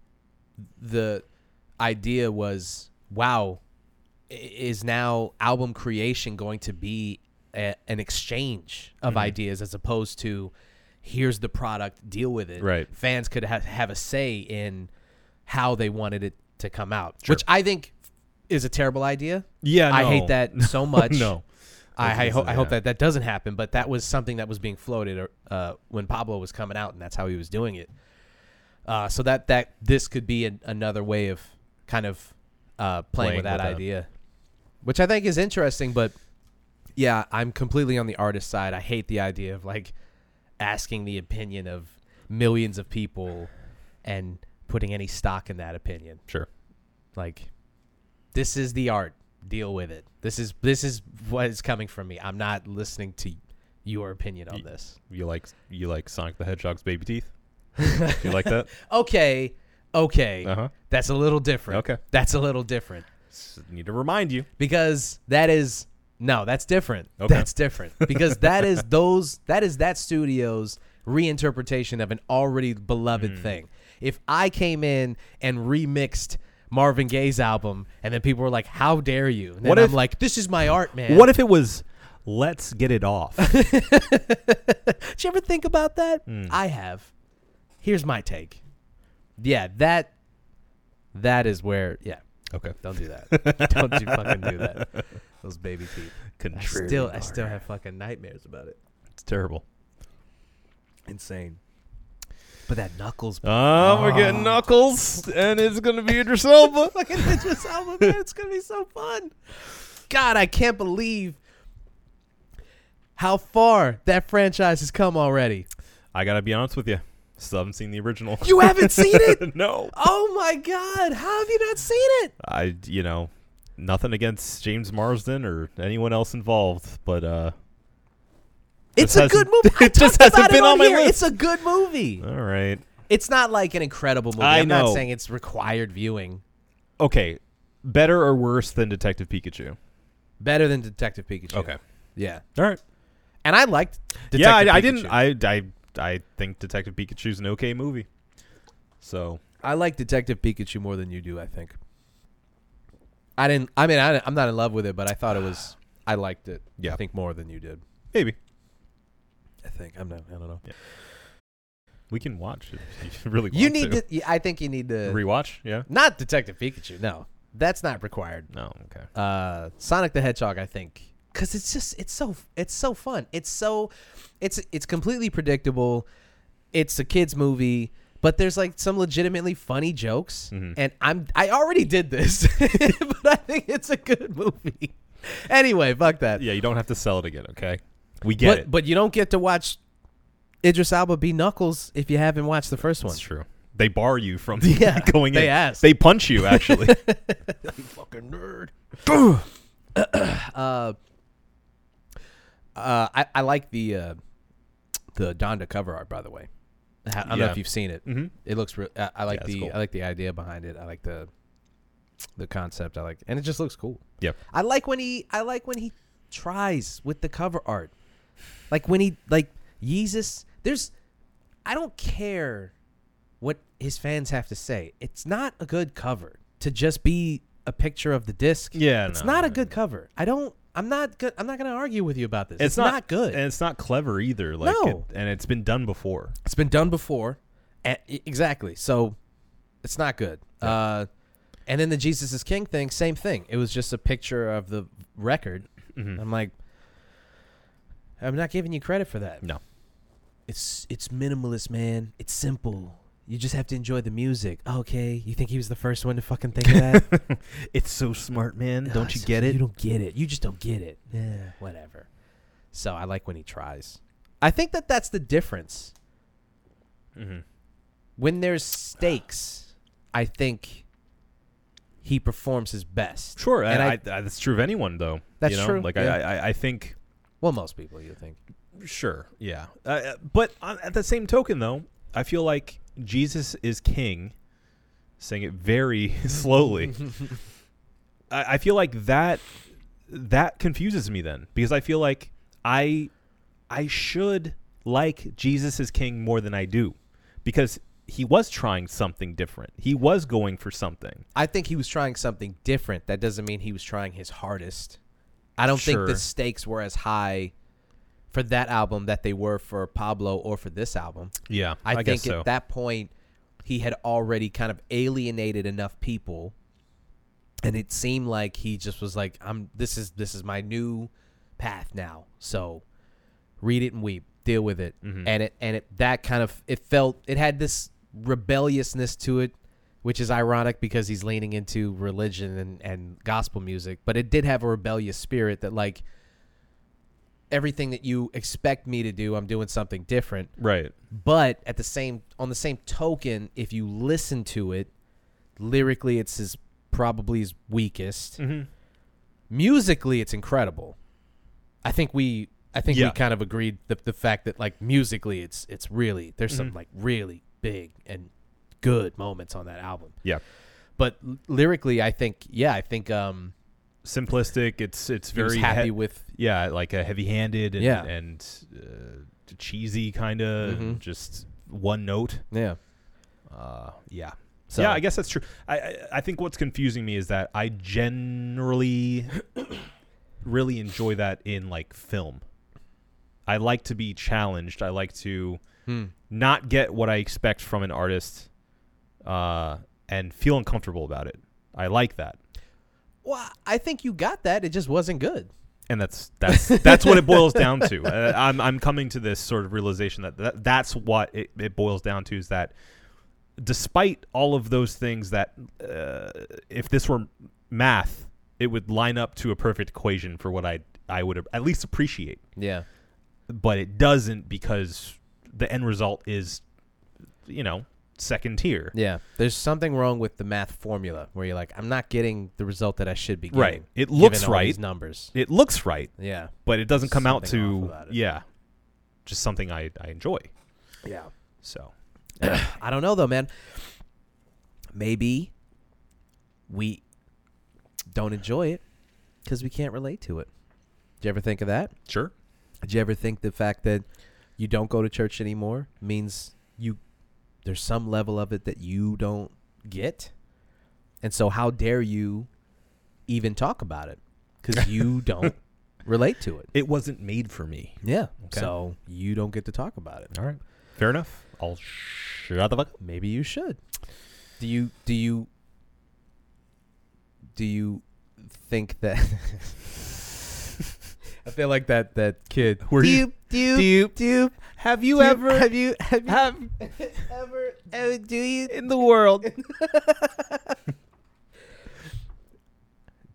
[SPEAKER 1] the idea was wow i- is now album creation going to be a, an exchange of
[SPEAKER 2] Mm-hmm.
[SPEAKER 1] ideas as opposed to here's the product deal with it
[SPEAKER 2] Right.
[SPEAKER 1] fans could ha- have a say in how they wanted it to come out which i think is a terrible idea
[SPEAKER 2] Yeah,
[SPEAKER 1] i
[SPEAKER 2] no.
[SPEAKER 1] hate that so much
[SPEAKER 2] no.
[SPEAKER 1] I, I, ho- I hope
[SPEAKER 2] Yeah.
[SPEAKER 1] that that doesn't happen, but that was something that was being floated uh, when Pablo was coming out, and that's how he was doing it. Uh, so that that this could be an, another way of kind of uh, playing,
[SPEAKER 2] Playing
[SPEAKER 1] with that
[SPEAKER 2] with that.
[SPEAKER 1] idea, which I think is interesting. But yeah, I'm completely on the artist side. I hate the idea of like asking the opinion of millions of people and putting any stock in that opinion
[SPEAKER 2] Sure.
[SPEAKER 1] like this is the art deal with it this is this is what is coming from me i'm not listening to your opinion on
[SPEAKER 2] Ye-
[SPEAKER 1] this
[SPEAKER 2] You like you like Sonic the Hedgehog's baby teeth? you like that?
[SPEAKER 1] okay okay
[SPEAKER 2] Uh-huh.
[SPEAKER 1] that's a little different
[SPEAKER 2] Okay.
[SPEAKER 1] that's a little different
[SPEAKER 2] S- Need to remind you.
[SPEAKER 1] because that is no that's different
[SPEAKER 2] Okay.
[SPEAKER 1] that's different because that is those that is that studio's
[SPEAKER 2] Hmm.
[SPEAKER 1] reinterpretation of an already beloved thing if i came in and remixed Marvin Gaye's album, and then people were like, "How dare you?" And then
[SPEAKER 2] What
[SPEAKER 1] I'm
[SPEAKER 2] if-
[SPEAKER 1] like, "This is my art, man."
[SPEAKER 2] What if it was let's get it off?
[SPEAKER 1] Did you ever think about that? I have. Here's my take. Yeah, that that is where yeah.
[SPEAKER 2] okay.
[SPEAKER 1] Don't do that. don't you fucking do that. Those baby teeth. I
[SPEAKER 2] Contrarian
[SPEAKER 1] still I still
[SPEAKER 2] art.
[SPEAKER 1] have fucking nightmares about it.
[SPEAKER 2] it's terrible.
[SPEAKER 1] Insane. Oh. But that knuckles
[SPEAKER 2] Um, we're getting Knuckles, and it's gonna be Idris Elba.
[SPEAKER 1] fucking Idris Elba, man. It's gonna be so fun. God, I can't believe how far that franchise has come already.
[SPEAKER 2] I gotta be honest with you, still haven't seen the original.
[SPEAKER 1] You haven't seen it?
[SPEAKER 2] no,
[SPEAKER 1] Oh my god, how have you not seen it?
[SPEAKER 2] I you know nothing against James Marsden or anyone else involved, but uh,
[SPEAKER 1] It's
[SPEAKER 2] Just
[SPEAKER 1] a good
[SPEAKER 2] hasn't-
[SPEAKER 1] movie. I
[SPEAKER 2] it just
[SPEAKER 1] talked
[SPEAKER 2] hasn't
[SPEAKER 1] about it
[SPEAKER 2] been on my
[SPEAKER 1] here.
[SPEAKER 2] list.
[SPEAKER 1] It's a good movie.
[SPEAKER 2] all right,
[SPEAKER 1] It's not like an incredible movie.
[SPEAKER 2] I
[SPEAKER 1] I'm
[SPEAKER 2] know.
[SPEAKER 1] not saying it's required viewing.
[SPEAKER 2] okay, better or worse than Detective Pikachu?
[SPEAKER 1] Better than Detective Pikachu. Yeah.
[SPEAKER 2] all right.
[SPEAKER 1] And I liked Detective
[SPEAKER 2] yeah, I, I
[SPEAKER 1] Pikachu.
[SPEAKER 2] didn't. I I I think Detective Pikachu's an okay movie. So
[SPEAKER 1] I like Detective Pikachu more than you do, I think. I didn't I mean I, I'm not in love with it, but I thought it was I liked it.
[SPEAKER 2] Yeah.
[SPEAKER 1] I think more than you did.
[SPEAKER 2] maybe
[SPEAKER 1] I think. I'm not I don't know.
[SPEAKER 2] we can watch it. If you uh, really,
[SPEAKER 1] You
[SPEAKER 2] want
[SPEAKER 1] need
[SPEAKER 2] to
[SPEAKER 1] to, yeah, I think you need to
[SPEAKER 2] rewatch. Yeah.
[SPEAKER 1] not Detective Pikachu. No. That's not required.
[SPEAKER 2] No. Okay.
[SPEAKER 1] uh Sonic the Hedgehog, I think, because it's just it's so it's so fun. It's so it's it's completely predictable. It's a kids movie, but there's like some legitimately funny jokes,
[SPEAKER 2] Mm-hmm.
[SPEAKER 1] and I'm I already did this, but I think it's a good movie. Anyway, fuck that.
[SPEAKER 2] Yeah, you don't have to sell it again. Okay. We get
[SPEAKER 1] but
[SPEAKER 2] it.
[SPEAKER 1] but you don't get to watch Idris Alba be Knuckles if you haven't watched the first one.
[SPEAKER 2] That's true. They bar you from
[SPEAKER 1] Yeah,
[SPEAKER 2] going in.
[SPEAKER 1] they ask.
[SPEAKER 2] They punch you actually.
[SPEAKER 1] fucking nerd. uh, uh, I, I like the uh, the Donda cover art, by the way. I I don't know
[SPEAKER 2] Yeah.
[SPEAKER 1] if you've seen it.
[SPEAKER 2] Mhm.
[SPEAKER 1] It looks real. I, I like
[SPEAKER 2] Yeah, it's
[SPEAKER 1] the
[SPEAKER 2] cool.
[SPEAKER 1] I like the idea behind it. I like the the concept. I like, and it just looks cool.
[SPEAKER 2] yep.
[SPEAKER 1] I like when he I like when he tries with the cover art. Like when he like Yeezus there's I don't care what his fans have to say. It's not a good cover to just be a picture of the disc.
[SPEAKER 2] Yeah,
[SPEAKER 1] It's
[SPEAKER 2] no,
[SPEAKER 1] not a
[SPEAKER 2] no,
[SPEAKER 1] good cover. I don't I'm not good I'm not gonna argue with you about this. It's, not, good.
[SPEAKER 2] and it's not clever either. Like,
[SPEAKER 1] No.
[SPEAKER 2] it- and it's been done before.
[SPEAKER 1] it's been done before. And, e- exactly. So it's not good. Uh and then the Jesus is King thing, same thing. It was just a picture of the record.
[SPEAKER 2] Mm-hmm.
[SPEAKER 1] I'm like, I'm not giving you credit for that.
[SPEAKER 2] No.
[SPEAKER 1] It's it's minimalist, man. It's simple. You just have to enjoy the music. Okay. You think he was the first one to fucking think of that?
[SPEAKER 2] It's so smart, man.
[SPEAKER 1] Ah, so You don't get it. You just don't get it. Yeah, whatever. So I like when he tries. I think that that's the difference.
[SPEAKER 2] Mm-hmm.
[SPEAKER 1] When there's stakes, I think he performs his best.
[SPEAKER 2] Sure,
[SPEAKER 1] and I,
[SPEAKER 2] I, I, that's true of anyone though.
[SPEAKER 1] That's
[SPEAKER 2] you know?
[SPEAKER 1] true,
[SPEAKER 2] Like
[SPEAKER 1] yeah.
[SPEAKER 2] I, I, I think
[SPEAKER 1] well, most people you think.
[SPEAKER 2] Sure. Yeah. Uh, Uh, but on, at the same token, though, I feel like Jesus is King, saying it very slowly. I, I feel like that that confuses me then because I feel like I I should like Jesus is King more than I do because he was trying something different. He was going for something.
[SPEAKER 1] I think he was trying something different. That doesn't mean he was trying his hardest. I don't
[SPEAKER 2] Sure.
[SPEAKER 1] think the stakes were as high for that album that they were for Pablo or for this album.
[SPEAKER 2] Yeah,
[SPEAKER 1] I, think at that point he had already kind of alienated enough people and it seemed like he just was like I'm this is this is my new path now. So read it and weep, deal with it. And it and it that kind of it felt it had this rebelliousness to it which is ironic because he's leaning into religion and, and gospel music, but it did have a rebellious spirit that like everything that you expect me to do, I'm doing something different.
[SPEAKER 2] right.
[SPEAKER 1] But at the same on the same token, if you listen to it, lyrically it's his probably his weakest. Musically it's incredible. I think we I think
[SPEAKER 2] Yeah.
[SPEAKER 1] we kind of agreed the the fact that like musically it's it's really there's some like really big and good moments on that album.
[SPEAKER 2] Yeah.
[SPEAKER 1] But l- lyrically I think yeah, I think um
[SPEAKER 2] Simplistic. It's it's
[SPEAKER 1] he
[SPEAKER 2] very
[SPEAKER 1] was happy
[SPEAKER 2] he-
[SPEAKER 1] with
[SPEAKER 2] yeah, like a heavy-handed and
[SPEAKER 1] Yeah. Mm-hmm.
[SPEAKER 2] and uh, cheesy kind of just one note.
[SPEAKER 1] yeah.
[SPEAKER 2] Uh, yeah,
[SPEAKER 1] So
[SPEAKER 2] yeah, I guess that's true. I, I I think what's confusing me is that I generally really enjoy that in like film. I like to be challenged. I like to
[SPEAKER 1] hmm.
[SPEAKER 2] not get what I expect from an artist, uh, and feel uncomfortable about it. I like that,
[SPEAKER 1] Well, I think you got that. It just wasn't good.
[SPEAKER 2] and that's that's that's what it boils down to. Uh, I'm I'm coming to this sort of realization that, that that's what it, it boils down to is that despite all of those things that uh, if this were math, it would line up to a perfect equation for what I I would at least appreciate.
[SPEAKER 1] Yeah.
[SPEAKER 2] but it doesn't because the end result is, you know, second tier.
[SPEAKER 1] Yeah. There's something wrong with the math formula where you're like, I'm not getting the result that I should be getting.
[SPEAKER 2] Right. It
[SPEAKER 1] given
[SPEAKER 2] looks
[SPEAKER 1] all
[SPEAKER 2] right.
[SPEAKER 1] These numbers.
[SPEAKER 2] It looks right,
[SPEAKER 1] Yeah.
[SPEAKER 2] but it doesn't come out
[SPEAKER 1] Something off
[SPEAKER 2] to
[SPEAKER 1] about it.
[SPEAKER 2] yeah, just something I I enjoy.
[SPEAKER 1] Yeah.
[SPEAKER 2] So
[SPEAKER 1] I don't know though, man. Maybe we don't enjoy it because we can't relate to it. Did you ever think of that?
[SPEAKER 2] sure,
[SPEAKER 1] Did you ever think the fact that you don't go to church anymore means you there's some level of it that you don't get? And so how dare you even talk about it cuz you don't relate to it.
[SPEAKER 2] it wasn't made for me.
[SPEAKER 1] Yeah.
[SPEAKER 2] Okay.
[SPEAKER 1] So you don't get to talk about it.
[SPEAKER 2] All right, fair enough. I'll shut the fuck. up.
[SPEAKER 1] Maybe you should. Do you do you do you think that I feel like that that kid.
[SPEAKER 2] Were
[SPEAKER 1] do
[SPEAKER 2] you-
[SPEAKER 1] you do you,
[SPEAKER 2] you-
[SPEAKER 1] do you have you
[SPEAKER 2] do you-
[SPEAKER 1] ever have you have you
[SPEAKER 2] have-
[SPEAKER 1] ever oh, do you
[SPEAKER 2] In the world,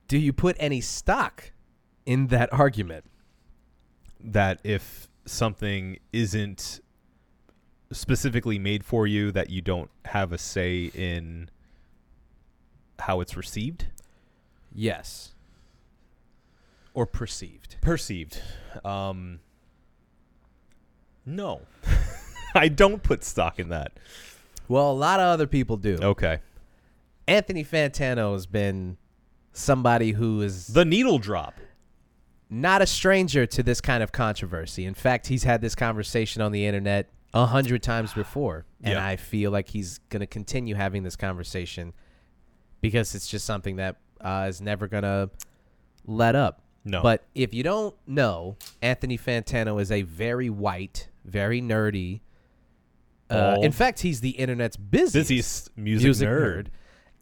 [SPEAKER 1] do you put any stock in that argument?
[SPEAKER 2] that if something isn't specifically made for you, that you don't have a say in how it's received.
[SPEAKER 1] Yes. Or perceived.
[SPEAKER 2] perceived um no i don't put stock in that
[SPEAKER 1] Well, a lot of other people do.
[SPEAKER 2] okay
[SPEAKER 1] Anthony Fantano has been somebody who is
[SPEAKER 2] the needle drop
[SPEAKER 1] not a stranger to this kind of controversy. In fact, he's had this conversation on the internet a hundred times before, and
[SPEAKER 2] Yeah.
[SPEAKER 1] I feel like he's going to continue having this conversation because it's just something that uh, is never going to let up.
[SPEAKER 2] No.
[SPEAKER 1] But if you don't know, Anthony Fantano is a very white, very nerdy. Uh, in
[SPEAKER 2] Bald.
[SPEAKER 1] fact, he's the internet's busiest,
[SPEAKER 2] busiest music, nerd.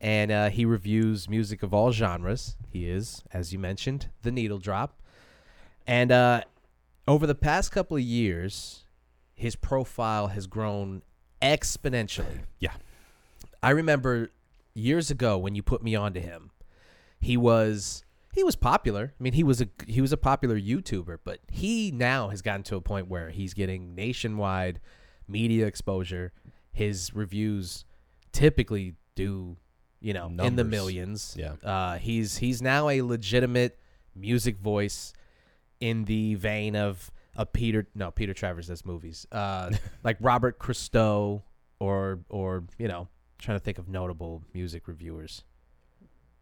[SPEAKER 1] and uh, he reviews music of all genres. He is, as you mentioned, the needle drop. And uh, over the past couple of years, his profile has grown exponentially.
[SPEAKER 2] yeah
[SPEAKER 1] I remember years ago when you put me onto him. He was he was popular. I mean, he was a he was a popular YouTuber, but he now has gotten to a point where he's getting nationwide media exposure. His reviews typically do, you know, in the
[SPEAKER 2] Numbers.
[SPEAKER 1] millions.
[SPEAKER 2] Yeah.
[SPEAKER 1] Uh, he's he's now a legitimate music voice in the vein of a Peter no Peter Travers does movies uh like Robert Christo or or you know trying to think of notable music reviewers.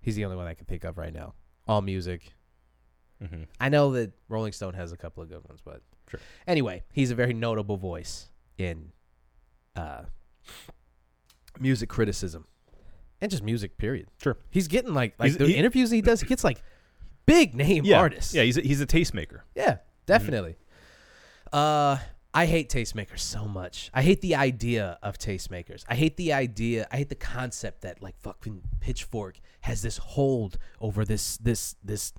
[SPEAKER 1] He's the only one I can think of right now. All music.
[SPEAKER 2] mm-hmm.
[SPEAKER 1] I know that Rolling Stone has a couple of good ones, but
[SPEAKER 2] Sure.
[SPEAKER 1] anyway, he's a very notable voice in uh, music criticism and just music. Period.
[SPEAKER 2] Sure.
[SPEAKER 1] He's getting like like
[SPEAKER 2] He's-
[SPEAKER 1] the
[SPEAKER 2] he-
[SPEAKER 1] interviews he does. He gets like big name
[SPEAKER 2] yeah
[SPEAKER 1] artists.
[SPEAKER 2] yeah he's a, he's a tastemaker
[SPEAKER 1] Yeah, definitely. Uh, I hate tastemakers so much. I hate the idea of tastemakers. I hate the idea. I hate the concept that like fucking Pitchfork has this hold over this this this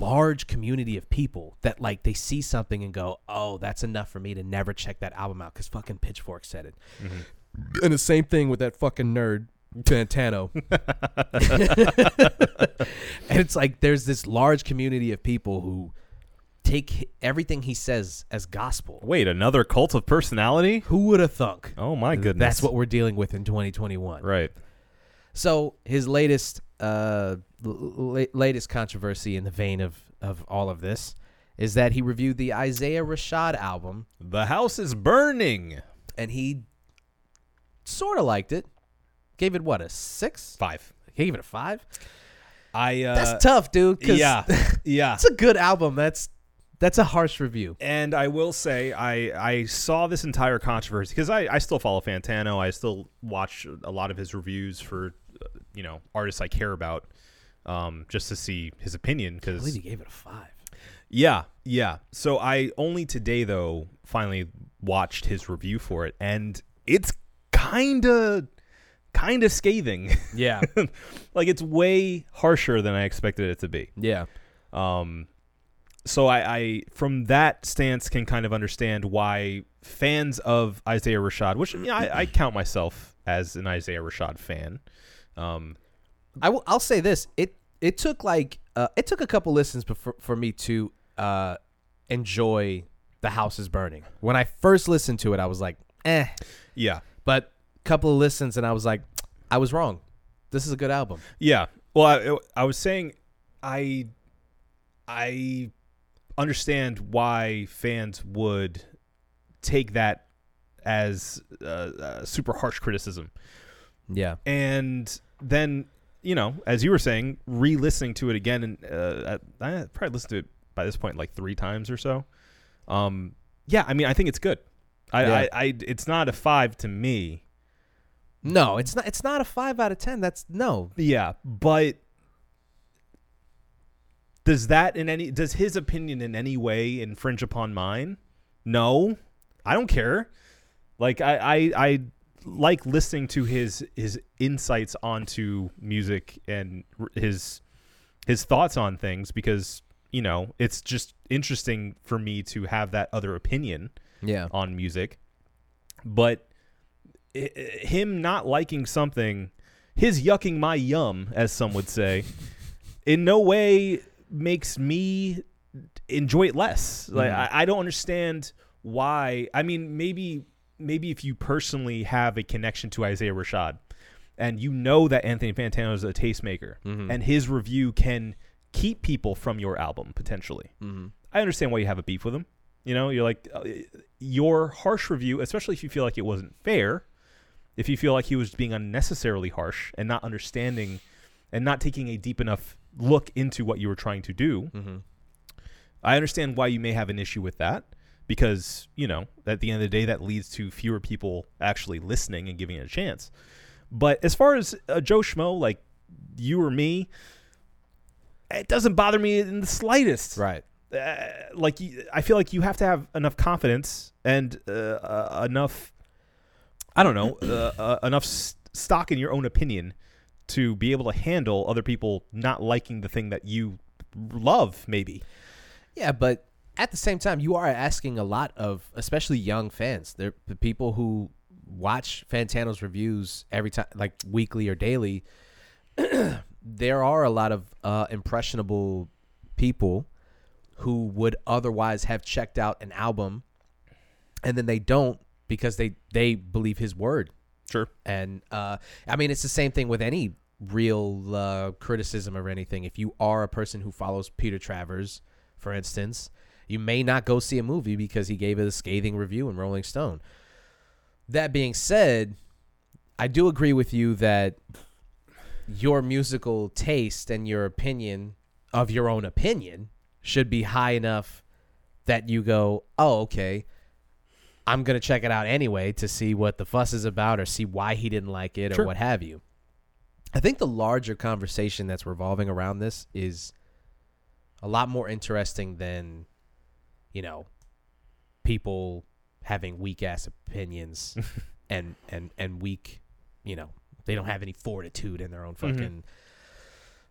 [SPEAKER 1] large community of people that like they see something and go, "Oh, that's enough for me to never check that album out cuz fucking Pitchfork said it." And the same thing with that fucking nerd Fantano and it's like there's this large community of people who take h- everything he says as gospel.
[SPEAKER 2] wait another cult of personality
[SPEAKER 1] Who would have thunk?
[SPEAKER 2] oh my goodness
[SPEAKER 1] That's what we're dealing with in 2021.
[SPEAKER 2] right
[SPEAKER 1] So his latest, uh, l- la- latest controversy in the vein of of all of this is that he reviewed the Isaiah Rashad album
[SPEAKER 2] the house is burning
[SPEAKER 1] and he sort of liked it. Gave it what a six?
[SPEAKER 2] five
[SPEAKER 1] He gave it a five.
[SPEAKER 2] i uh
[SPEAKER 1] Uh, That's tough, dude. 'cause
[SPEAKER 2] yeah yeah
[SPEAKER 1] it's a good album. That's That's a harsh review.
[SPEAKER 2] And I will say, I I saw this entire controversy because I, I still follow Fantano. I still watch a lot of his reviews for, uh, you know, artists I care about, um, just to see his opinion.
[SPEAKER 1] I believe
[SPEAKER 2] Because
[SPEAKER 1] he gave it a five.
[SPEAKER 2] yeah, yeah. So I only today though finally watched his review for it, and it's kinda kinda scathing.
[SPEAKER 1] Yeah.
[SPEAKER 2] like it's way harsher than I expected it to be.
[SPEAKER 1] yeah.
[SPEAKER 2] Um, so I, I from that stance can kind of understand why fans of Isaiah Rashad, which yeah, I, I count myself as an Isaiah Rashad fan. Um,
[SPEAKER 1] I will. I'll say this. It it took like uh, it took a couple listens for for me to uh, enjoy the house is burning. When I first listened to it, I was like, eh.
[SPEAKER 2] yeah,
[SPEAKER 1] But couple of listens, and I was like, I was wrong. This is a good album.
[SPEAKER 2] yeah. Well, I, I was saying, I, I understand why fans would take that as uh, uh, super harsh criticism.
[SPEAKER 1] Yeah.
[SPEAKER 2] and then you know as you were saying re-listening to it again and uh, I, I probably listened to it by this point like three times or so um yeah i mean i think it's good i
[SPEAKER 1] Yeah.
[SPEAKER 2] I, I it's not a five to me
[SPEAKER 1] No, it's not. It's not a five out of ten. That's no.
[SPEAKER 2] yeah but does that in any does his opinion in any way infringe upon mine no i don't care like i i, I like listening to his his insights onto music and r- his his thoughts on things because you know it's just interesting for me to have that other opinion
[SPEAKER 1] Yeah.
[SPEAKER 2] on music, but i- i- him not liking something, his yucking my yum, as some would say, in no way makes me enjoy it less. Like I, I don't understand why. I mean, maybe maybe if you personally have a connection to Isaiah Rashad, and you know that Anthony Fantano is a tastemaker, and his review can keep people from your album potentially. I understand why you have a beef with him. You know, you're like uh, your harsh review, especially if you feel like it wasn't fair, if you feel like he was being unnecessarily harsh and not understanding and not taking a deep enough look into what you were trying to do. I understand why you may have an issue with that because, you know, at the end of the day that leads to fewer people actually listening and giving it a chance. But as far as uh, Joe Schmo like you or me, it doesn't bother me in the slightest
[SPEAKER 1] Right.
[SPEAKER 2] uh, like y- I feel like you have to have enough confidence and uh, uh, enough I don't know uh, uh, enough s stock in your own opinion to be able to handle other people not liking the thing that you love maybe
[SPEAKER 1] Yeah, but at the same time, you are asking a lot of, especially young fans. They're the people who watch Fantano's reviews every time, like weekly or daily. there are a lot of uh, impressionable people who would otherwise have checked out an album, and then they don't because they they believe his word
[SPEAKER 2] sure
[SPEAKER 1] and uh, I mean, it's the same thing with any real uh, criticism or anything. If you are a person who follows Peter Travers, for instance, you may not go see a movie because he gave it a scathing review in Rolling Stone. That being said, I do agree with you that your musical taste and your opinion of your own opinion should be high enough that you go, oh, okay, I'm going to check it out anyway to see what the fuss is about or see why he didn't like it
[SPEAKER 2] Sure.
[SPEAKER 1] or what have you. I think the larger conversation that's revolving around this is a lot more interesting than, you know, people having weak ass opinions and and and weak, you know, they don't have any fortitude in their own fucking.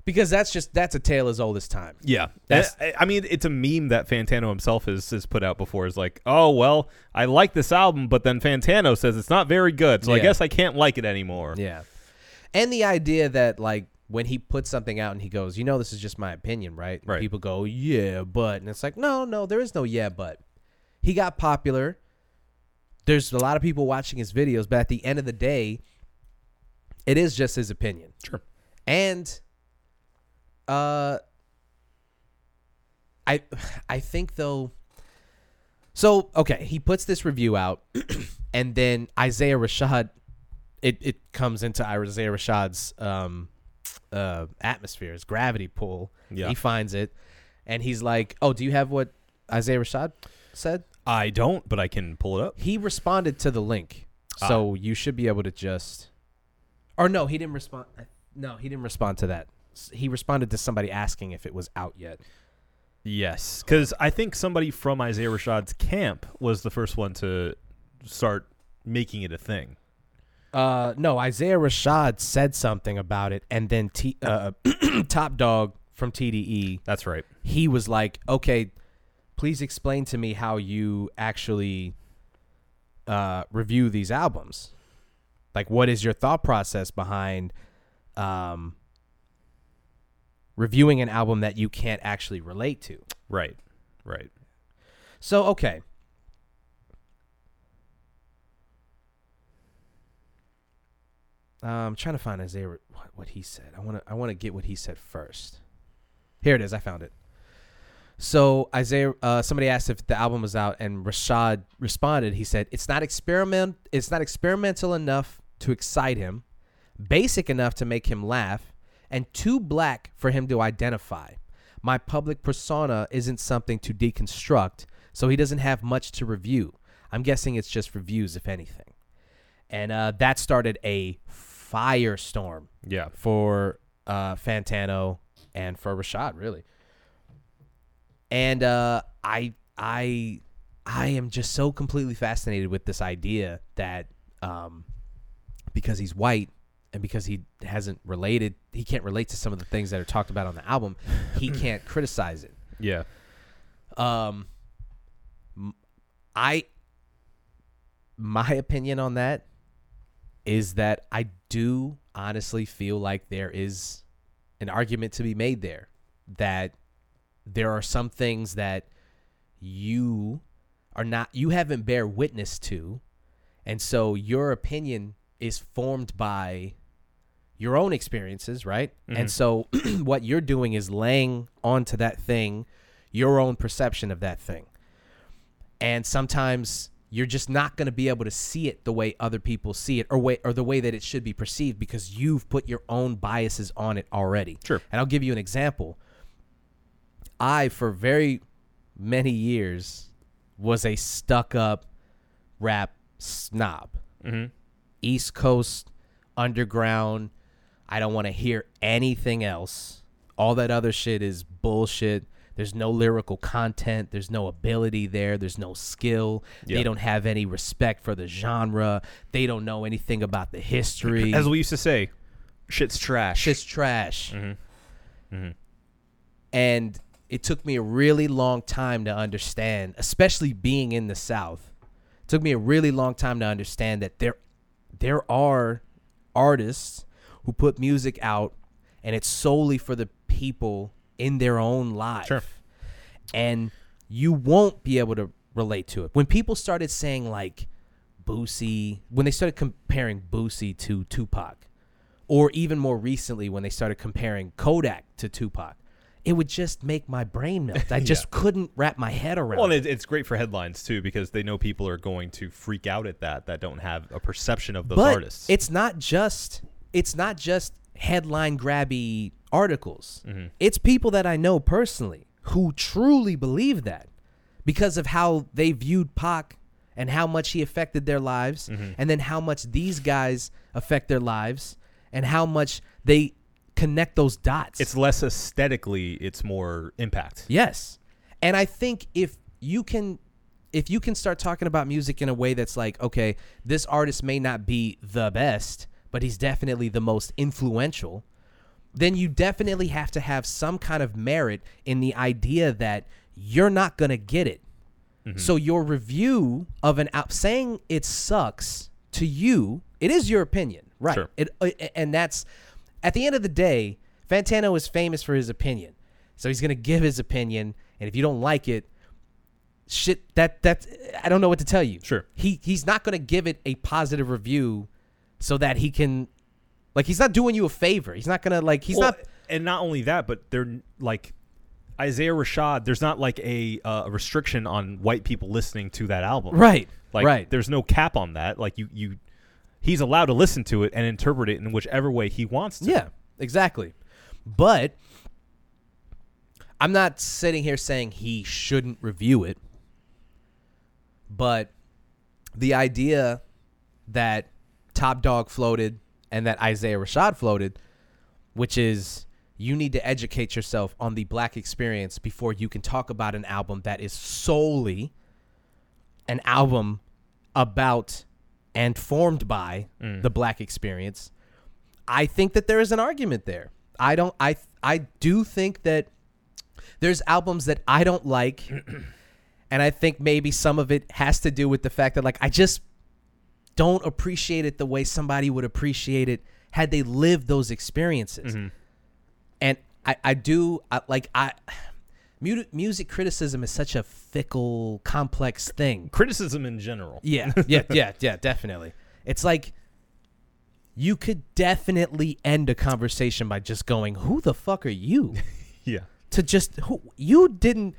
[SPEAKER 1] Because that's just that's a tale as old as time.
[SPEAKER 2] yeah
[SPEAKER 1] That's-
[SPEAKER 2] I, I mean it's a meme that Fantano himself has, has put out before is like oh well I like this album but then Fantano says it's not very good so I
[SPEAKER 1] Yeah.
[SPEAKER 2] guess I can't like it anymore
[SPEAKER 1] Yeah. And the idea that like when he puts something out and he goes, you know, this is just my opinion, right? And
[SPEAKER 2] Right.
[SPEAKER 1] People go, yeah, but, and it's like, no, no, there is no yeah, but. He got popular. There's a lot of people watching his videos, but at the end of the day, it is just his opinion.
[SPEAKER 2] sure
[SPEAKER 1] And uh I I think though so okay, he puts this review out and then Isaiah Rashad it, it comes into Isaiah Rashad's um uh atmosphere, his gravity pull.
[SPEAKER 2] Yeah.
[SPEAKER 1] He finds it and he's like, "Oh, do you have what Isaiah Rashad said?
[SPEAKER 2] I don't, but I can pull it up.
[SPEAKER 1] He responded to the link, so you should be able to just. Or no, he didn't respond. No, he didn't respond to that. S- He responded to somebody asking if it was out yet.
[SPEAKER 2] Yes, because I think somebody from Isaiah Rashad's camp was the first one to start making it a thing.
[SPEAKER 1] Uh, no, Isaiah Rashad said something about it, and then T, uh, Top Dog from TDE,
[SPEAKER 2] That's right.
[SPEAKER 1] he was like, "Okay, please explain to me how you actually uh, review these albums. Like, what is your thought process behind um, reviewing an album that you can't actually relate to?"
[SPEAKER 2] Right. Right.
[SPEAKER 1] So okay. Uh, I'm trying to find Isaiah what, what he said. I want to I want to get what he said first. Here it is. I found it. So Isaiah, uh, somebody asked if the album was out, and Rashad responded. He said, "It's not experiment. It's not experimental enough to excite him, basic enough to make him laugh, and too black for him to identify. My public persona isn't something to deconstruct, so he doesn't have much to review. I'm guessing it's just reviews, if anything." And uh, that started a firestorm
[SPEAKER 2] Yeah.
[SPEAKER 1] for uh, Fantano and for Rashad, really. And uh, I, I, I am just so completely fascinated with this idea that um, because he's white and because he hasn't related, he can't relate to some of the things that are talked about on the album. He can't criticize it.
[SPEAKER 2] Yeah.
[SPEAKER 1] Um, m- I, my opinion on that is that I do honestly feel like there is an argument to be made there that there are some things that you are not you haven't bear witness to and so your opinion is formed by your own experiences right and so what you're doing is laying onto that thing your own perception of that thing and sometimes you're just not going to be able to see it the way other people see it or way or the way that it should be perceived because you've put your own biases on it already
[SPEAKER 2] Sure.
[SPEAKER 1] and i'll give you an example i for very many years was a stuck up rap snob
[SPEAKER 2] Mm-hmm.
[SPEAKER 1] east coast underground i don't want to hear anything else all that other shit is bullshit there's no lyrical content there's no ability there there's no skill
[SPEAKER 2] Yeah.
[SPEAKER 1] they don't have any respect for the genre they don't know anything about the history
[SPEAKER 2] As we used to say, shit's trash. Mm-hmm.
[SPEAKER 1] shit's trash. And it took me a really long time to understand, especially being in the South. It took me a really long time to understand that there there are artists who put music out and it's solely for the people in their own life.
[SPEAKER 2] Sure.
[SPEAKER 1] And you won't be able to relate to it. When people started saying like Boosie, when they started comparing Boosie to Tupac, or even more recently when they started comparing Kodak to Tupac, it would just make my brain melt. I just couldn't wrap my head around.
[SPEAKER 2] Well, and
[SPEAKER 1] it.
[SPEAKER 2] it, it's great for headlines too because they know people are going to freak out at that that don't have a perception of those
[SPEAKER 1] but
[SPEAKER 2] artists.
[SPEAKER 1] it's not just it's not just headline grabby articles.
[SPEAKER 2] Mm-hmm.
[SPEAKER 1] It's people that I know personally who truly believe that because of how they viewed Pac and how much he affected their lives,
[SPEAKER 2] Mm-hmm.
[SPEAKER 1] and then how much these guys affect their lives, and how much they connect those dots.
[SPEAKER 2] it's less aesthetically, it's more impact.
[SPEAKER 1] Yes. And I think if you can if you can start talking about music in a way that's like, okay, this artist may not be the best, but he's definitely the most influential, then you definitely have to have some kind of merit in the idea that you're not going to get it.
[SPEAKER 2] Mm-hmm.
[SPEAKER 1] So your review of an out saying it sucks to you, it is your opinion, right?
[SPEAKER 2] Sure.
[SPEAKER 1] It uh, and that's at the end of the day, Fantano is famous for his opinion, so he's gonna give his opinion, and if you don't like it, shit, that that I don't know what to tell you.
[SPEAKER 2] Sure.
[SPEAKER 1] he he's not gonna give it a positive review, so that he can, like, he's not doing you a favor. He's not gonna like he's
[SPEAKER 2] Well,
[SPEAKER 1] not
[SPEAKER 2] and not only that, but they're n- like Isaiah Rashad. There's not like a uh, restriction on white people listening to that album,
[SPEAKER 1] right.
[SPEAKER 2] Like,
[SPEAKER 1] right.
[SPEAKER 2] There's no cap on that. Like you, you, he's allowed to listen to it and interpret it in whichever way he wants to.
[SPEAKER 1] Yeah, exactly. But I'm not sitting here saying he shouldn't review it, but the idea that Top Dog floated and that Isaiah Rashad floated, which is you need to educate yourself on the black experience before you can talk about an album that is solely an album about and formed by the black experience. I think that there is an argument there. I don't I I do think that there's albums that I don't like and I think maybe some of it has to do with the fact that like I just don't appreciate it the way somebody would appreciate it had they lived those experiences. And I I do I, like I mu- music criticism is such a fickle complex thing.
[SPEAKER 2] Criticism in general.
[SPEAKER 1] Yeah, yeah, yeah, yeah, definitely. It's like you could definitely end a conversation by just going, "Who the fuck are you?"
[SPEAKER 2] Yeah.
[SPEAKER 1] to just who you didn't.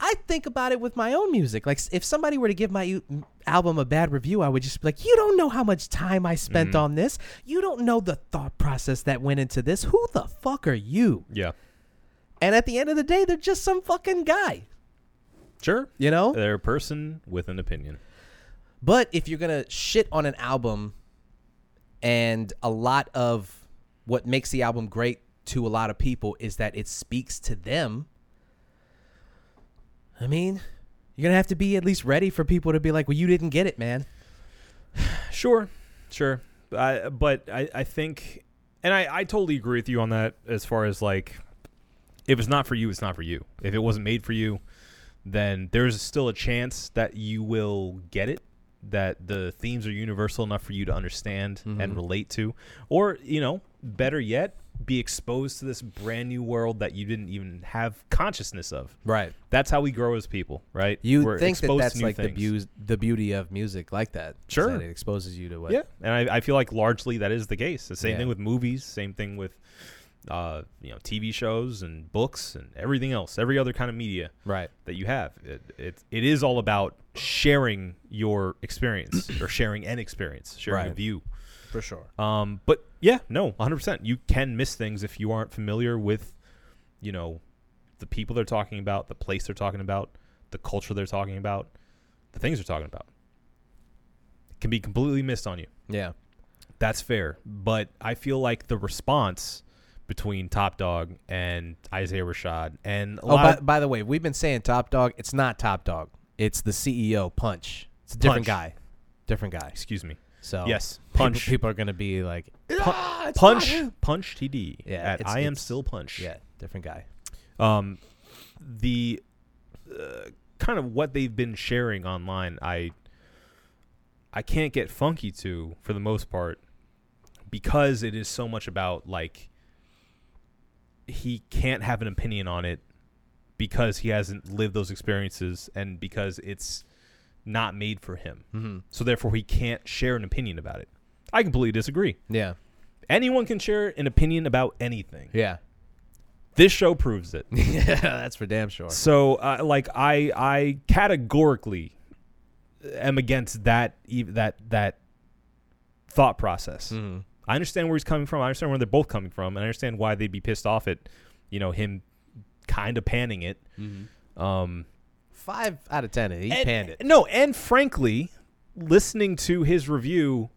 [SPEAKER 1] I think about it with my own music. Like s- if somebody were to give my u- m- album a bad review, I would just be like, "You don't know how much time I spent on this. You don't know the thought process that went into this. Who the fuck are you?"
[SPEAKER 2] Yeah.
[SPEAKER 1] And at the end of the day, they're just some fucking guy,
[SPEAKER 2] Sure.
[SPEAKER 1] you know?
[SPEAKER 2] They're a person with an opinion.
[SPEAKER 1] But if you're gonna shit on an album, and a lot of what makes the album great to a lot of people is that it speaks to them. I mean, you're gonna have to be at least ready for people to be like, "Well, you didn't get it, man."
[SPEAKER 2] Sure, sure. I, but I, I think, and I, I totally agree with you on that as far as like, if it's not for you, it's not for you. If it wasn't made for you, then there's still a chance that you will get it, that the themes are universal enough for you to understand
[SPEAKER 1] Mm-hmm.
[SPEAKER 2] and relate to. Or, you know, better yet, be exposed to this brand new world that you didn't even have consciousness of.
[SPEAKER 1] Right.
[SPEAKER 2] That's how we grow as people, right?
[SPEAKER 1] You
[SPEAKER 2] We're
[SPEAKER 1] think that
[SPEAKER 2] exposed to
[SPEAKER 1] that's
[SPEAKER 2] new
[SPEAKER 1] like the,
[SPEAKER 2] things.
[SPEAKER 1] bu- the beauty of music, like that. is
[SPEAKER 2] Sure.
[SPEAKER 1] that it exposes you to what.
[SPEAKER 2] Yeah, and I, I feel like largely that is the case. The same
[SPEAKER 1] Yeah.
[SPEAKER 2] thing with movies, same thing with uh, you know TV shows and books and everything else, every other kind of media
[SPEAKER 1] Right.
[SPEAKER 2] that you have. It it, it is all about sharing your experience or sharing an experience, sharing a
[SPEAKER 1] Right.
[SPEAKER 2] view.
[SPEAKER 1] For sure.
[SPEAKER 2] Um, but yeah, no, 100%. You can miss things if you aren't familiar with, you know, the people they're talking about, the place they're talking about, the culture they're talking about, the things they're talking about. It can be completely missed on you.
[SPEAKER 1] Yeah.
[SPEAKER 2] That's fair, but I feel like the response between Top Dog and Isaiah Rashad and a
[SPEAKER 1] Oh,
[SPEAKER 2] lot
[SPEAKER 1] by,
[SPEAKER 2] of
[SPEAKER 1] by the way, we've been saying Top Dog. It's not Top Dog. It's the CEO Punch. It's a different guy.
[SPEAKER 2] Punch.
[SPEAKER 1] Different guy.
[SPEAKER 2] excuse me,
[SPEAKER 1] So
[SPEAKER 2] Yes,
[SPEAKER 1] Oh. people-
[SPEAKER 2] Punch. Ah,
[SPEAKER 1] People, are gonna be like,
[SPEAKER 2] Pu- Punch Punch TD
[SPEAKER 1] Yeah,
[SPEAKER 2] at
[SPEAKER 1] it's-
[SPEAKER 2] I am
[SPEAKER 1] it's-
[SPEAKER 2] still Punch.
[SPEAKER 1] yeah, different guy.
[SPEAKER 2] Um, the uh, kind of what they've been sharing online, I I can't get funky to for the most part because it is so much about like he can't have an opinion on it because he hasn't lived those experiences and because it's not made for him. Mm-hmm. So therefore, he can't share an opinion about it. I completely disagree.
[SPEAKER 1] Yeah,
[SPEAKER 2] Anyone can share an opinion about anything.
[SPEAKER 1] yeah,
[SPEAKER 2] This show proves it.
[SPEAKER 1] yeah. That's for damn sure.
[SPEAKER 2] So, uh, like, I I categorically am against that ev- that that thought process.
[SPEAKER 1] Hmm. Mm-hmm.
[SPEAKER 2] I understand where he's coming from. I understand where they're both coming from, and I understand why they'd be pissed off at you know him kind of panning it. Um,
[SPEAKER 1] Five out of ten. He
[SPEAKER 2] and-
[SPEAKER 1] panned it.
[SPEAKER 2] No, and frankly, listening to his review,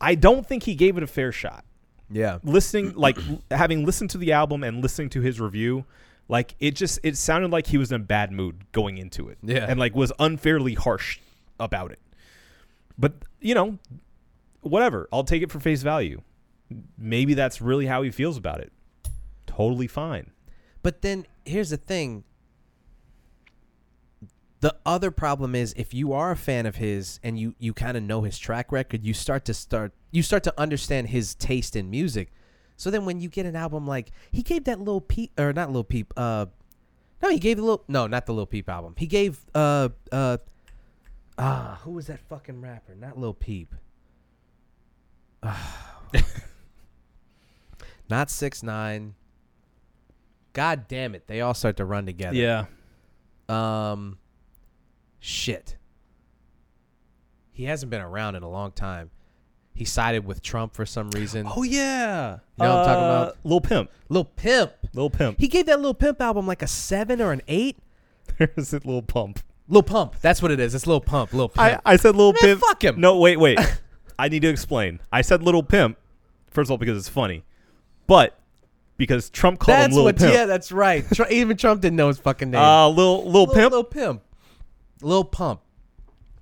[SPEAKER 2] I don't think he gave it a fair shot
[SPEAKER 1] Yeah,
[SPEAKER 2] listening like l- having listened to the album and listening to his review like it just it sounded like he was in a bad mood going into it
[SPEAKER 1] Yeah.
[SPEAKER 2] and like was unfairly harsh about it but you know whatever i'll take it for face value maybe that's really how he feels about it totally fine
[SPEAKER 1] but then here's the thing. The other problem is if you are a fan of his and you you kind of know his track record, you start to start you start to understand his taste in music. So then when you get an album like he gave that little peep or not little peep uh no he gave the little no not the little peep album he gave uh uh ah who was that fucking rapper not little peep Ah. not six nine god damn it they all start to run together
[SPEAKER 2] yeah
[SPEAKER 1] um, shit. He hasn't been around in a long time. He sided with Trump for some reason.
[SPEAKER 2] Oh yeah,
[SPEAKER 1] You know what I'm talking
[SPEAKER 2] Uh,
[SPEAKER 1] about?
[SPEAKER 2] Lil Pimp,
[SPEAKER 1] Lil Pimp.
[SPEAKER 2] Lil Pimp.
[SPEAKER 1] He gave that Lil Pimp album like a seven or an eight.
[SPEAKER 2] There's it, Lil Pump.
[SPEAKER 1] Lil Pump. That's what it is. It's Lil Pump. Lil Pimp.
[SPEAKER 2] I, I said Lil
[SPEAKER 1] Man,
[SPEAKER 2] Pimp.
[SPEAKER 1] fuck him.
[SPEAKER 2] No, wait, wait. I need to explain. I said Little Pimp, first of all, because it's funny, but because Trump called
[SPEAKER 1] that's
[SPEAKER 2] him Little
[SPEAKER 1] what.
[SPEAKER 2] Pimp.
[SPEAKER 1] Yeah, that's right. Tr- even Trump didn't know his fucking name.
[SPEAKER 2] uh, Lil, Lil
[SPEAKER 1] Lil,
[SPEAKER 2] Pimp.
[SPEAKER 1] Lil Pimp. Lil Pump.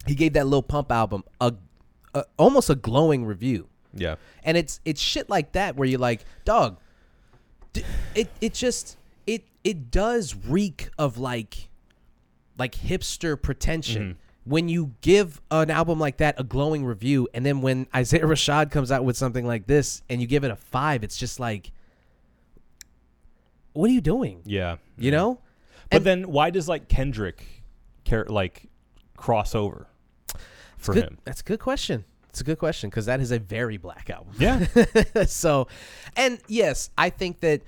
[SPEAKER 1] He gave that Lil Pump album a, a almost a glowing review.
[SPEAKER 2] Yeah.
[SPEAKER 1] And it's it's shit like that where you're like, dog, d- it it just it it does reek of like like hipster pretension.
[SPEAKER 2] Mm-hmm.
[SPEAKER 1] When you give an album like that a glowing review, and then when Isaiah Rashad comes out with something like this and you give it a five, it's just like, what are you doing?
[SPEAKER 2] Yeah.
[SPEAKER 1] You know?
[SPEAKER 2] But
[SPEAKER 1] And-
[SPEAKER 2] then why does like Kendrick care like cross over for
[SPEAKER 1] good,
[SPEAKER 2] him?
[SPEAKER 1] That's a good question. It's a good question because that is a very black album.
[SPEAKER 2] Yeah.
[SPEAKER 1] so, and yes, I think that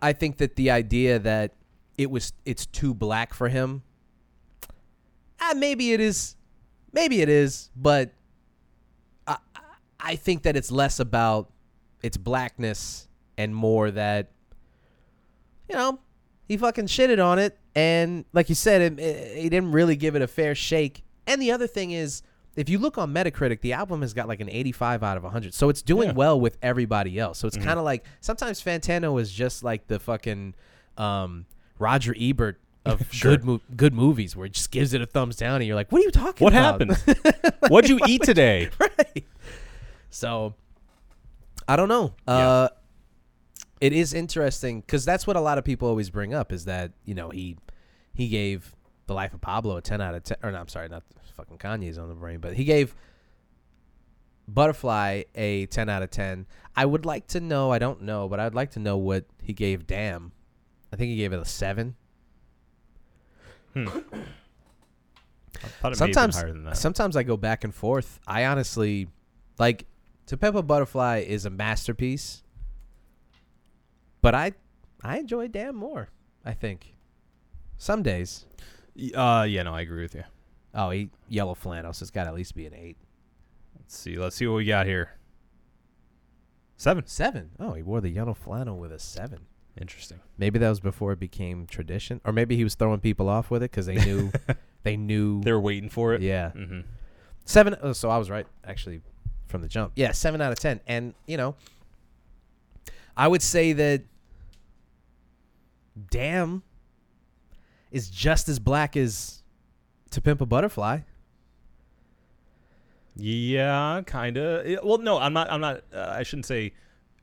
[SPEAKER 1] I think that the idea that it was it's too black for him. Ah, maybe it is, maybe it is, but I I- I think that it's less about its blackness and more that you know he fucking shitted on it and like you said it, it- he didn't really give it a fair shake and the other thing is if you look on metacritic the album has got like an 85 out of 100 so it's doing
[SPEAKER 2] Yeah.
[SPEAKER 1] well with everybody else so it's
[SPEAKER 2] Mm-hmm.
[SPEAKER 1] kind of like sometimes fantano is just like the fucking um, roger ebert of good mo- good movies where it just gives it a thumbs down and you're like what are you talking
[SPEAKER 2] What
[SPEAKER 1] about
[SPEAKER 2] happened? What'd you eat today?
[SPEAKER 1] right. So I don't know. Uh, it is interesting because that's what a lot of people always bring up is that you know he he gave the life of Pablo a ten out of ten. Or no, I'm sorry, not fucking Kanye's on the brain, but he gave Butterfly a ten out of ten. I would like to know. I don't know, but I'd like to know what he gave Damn. I think he gave it a seven.
[SPEAKER 2] I thought it
[SPEAKER 1] sometimes
[SPEAKER 2] may have been higher than that.
[SPEAKER 1] sometimes I go back and forth. I honestly like To Peppa Butterfly is a masterpiece, but I I enjoy Damn more. I think some days.
[SPEAKER 2] Y- uh, yeah, no, I agree with you.
[SPEAKER 1] Oh, he, Yellow Flannels has got to at least be an eight,
[SPEAKER 2] Let's see. Let's see what we got here. Seven.
[SPEAKER 1] seven. Oh, he wore the yellow flannel with a seven.
[SPEAKER 2] Interesting.
[SPEAKER 1] Maybe that was before it became tradition, or maybe he was throwing people off with it because they knew they knew.
[SPEAKER 2] They were waiting for it.
[SPEAKER 1] yeah,
[SPEAKER 2] Mm-hmm.
[SPEAKER 1] Seven. Oh, so I was right actually from the jump. Yeah, seven out of ten. And you know, I would say that damn is just as black as To Pimp a Butterfly.
[SPEAKER 2] Yeah, kinda. Yeah, Well, no, I'm not. I'm not. Uh, I shouldn't say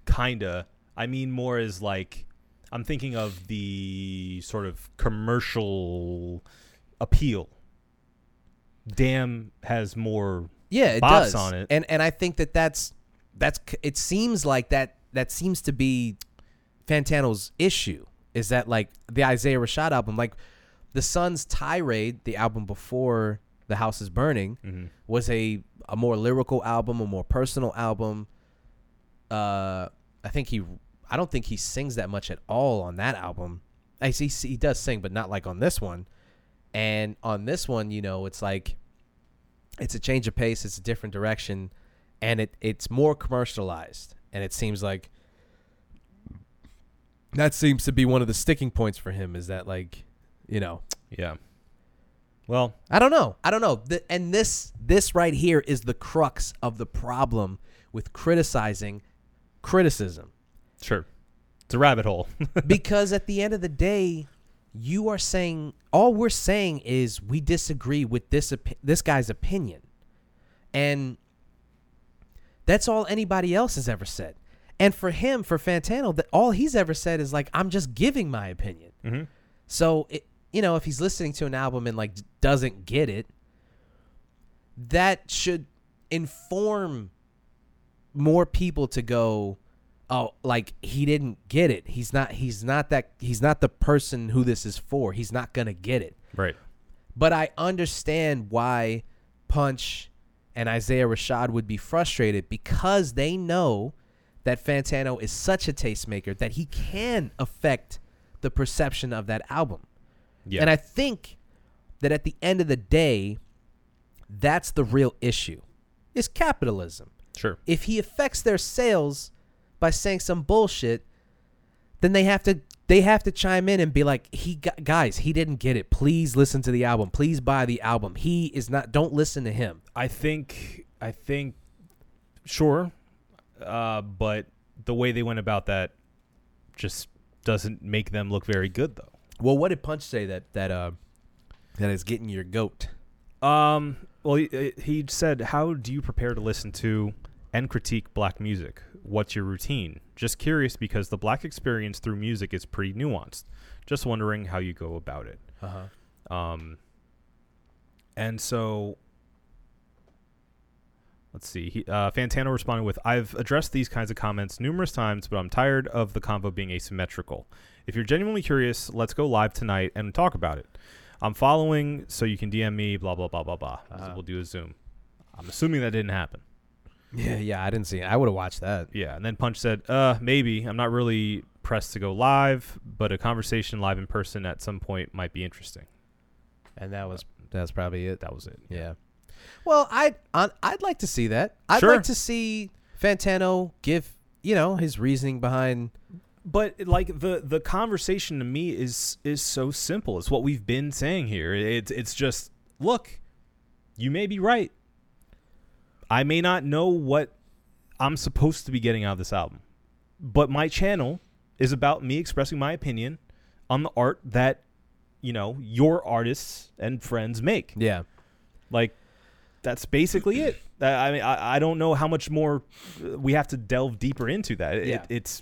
[SPEAKER 2] kinda. I mean more as like I'm thinking of the sort of commercial appeal. Damn has more.
[SPEAKER 1] Yeah, it
[SPEAKER 2] Bops
[SPEAKER 1] does.
[SPEAKER 2] on it.
[SPEAKER 1] And and I think that that's that's c- it seems like that that seems to be Fantano's issue is that like the Isaiah Rashad album like the Sun's Tirade, the album before The House is Burning was a a more lyrical album, a more personal album. Uh I think he I don't think he sings that much at all on that album. I see he does sing but not like on this one. And on this one, you know, it's like it's a change of pace, it's a different direction, and it it's more commercialized. And it seems like that seems to be one of the sticking points for him is that like, you know,
[SPEAKER 2] Yeah. Well,
[SPEAKER 1] I don't know. I don't know. Th- and this this right here is the crux of the problem with criticizing criticism.
[SPEAKER 2] sure. It's a rabbit hole.
[SPEAKER 1] because at the end of the day, you are saying all we're saying is we disagree with this opi- this guy's opinion, and that's all anybody else has ever said. And for him, for Fantano, that all he's ever said is like, "I'm just giving my opinion."
[SPEAKER 2] Mm-hmm.
[SPEAKER 1] So it, you know, if he's listening to an album and like d- doesn't get it, that should inform more people to go oh like he didn't get it he's not he's not that he's not the person who this is for he's not gonna get it
[SPEAKER 2] right.
[SPEAKER 1] but i understand why punch and isaiah rashad would be frustrated because they know that fantano is such a tastemaker that he can affect the perception of that album
[SPEAKER 2] Yeah.
[SPEAKER 1] and I think that at the end of the day, that's the real issue is capitalism.
[SPEAKER 2] Sure.
[SPEAKER 1] If he affects their sales by saying some bullshit, then they have to they have to chime in and be like, "He got, guys, he didn't get it. Please listen to the album. Please buy the album. He is not. Don't listen to him."
[SPEAKER 2] I think I think sure, uh, but the way they went about that just doesn't make them look very good though.
[SPEAKER 1] Well, what did Punch say that that uh that is getting your goat?
[SPEAKER 2] Um, well, he, he said, "How do you prepare to listen to and critique black music? What's your routine?" Just curious because the black experience through music is pretty nuanced. Just wondering how you go about it.
[SPEAKER 1] Uh huh.
[SPEAKER 2] Um, and so, let's see. He, uh, Fantano responded with, "I've addressed these kinds of comments numerous times, but I'm tired of the convo being asymmetrical. If you're genuinely curious, let's go live tonight and talk about it. I'm following, so you can DM me. Blah blah blah blah blah.
[SPEAKER 1] Uh-huh.
[SPEAKER 2] We'll do a Zoom. I'm assuming that didn't happen.
[SPEAKER 1] Yeah, yeah. I didn't see. it. I would have watched that.
[SPEAKER 2] Yeah, and then Punch said, "Uh, maybe I'm not really pressed to go live, but a conversation live in person at some point might be interesting."
[SPEAKER 1] And that was that's probably it.
[SPEAKER 2] That was it.
[SPEAKER 1] Yeah. Well, I on, I'd like to see that. I'd
[SPEAKER 2] Sure.
[SPEAKER 1] like to see Fantano give you know his reasoning behind.
[SPEAKER 2] but like the the conversation to me is is so simple it's what we've been saying here it's it's just look you may be right i may not know what i'm supposed to be getting out of this album but my channel is about me expressing my opinion on the art that you know your artists and friends make
[SPEAKER 1] Yeah.
[SPEAKER 2] like that's basically it I- i mean i, I don't know how much more uh, we have to delve deeper into that It-
[SPEAKER 1] Yeah.
[SPEAKER 2] it's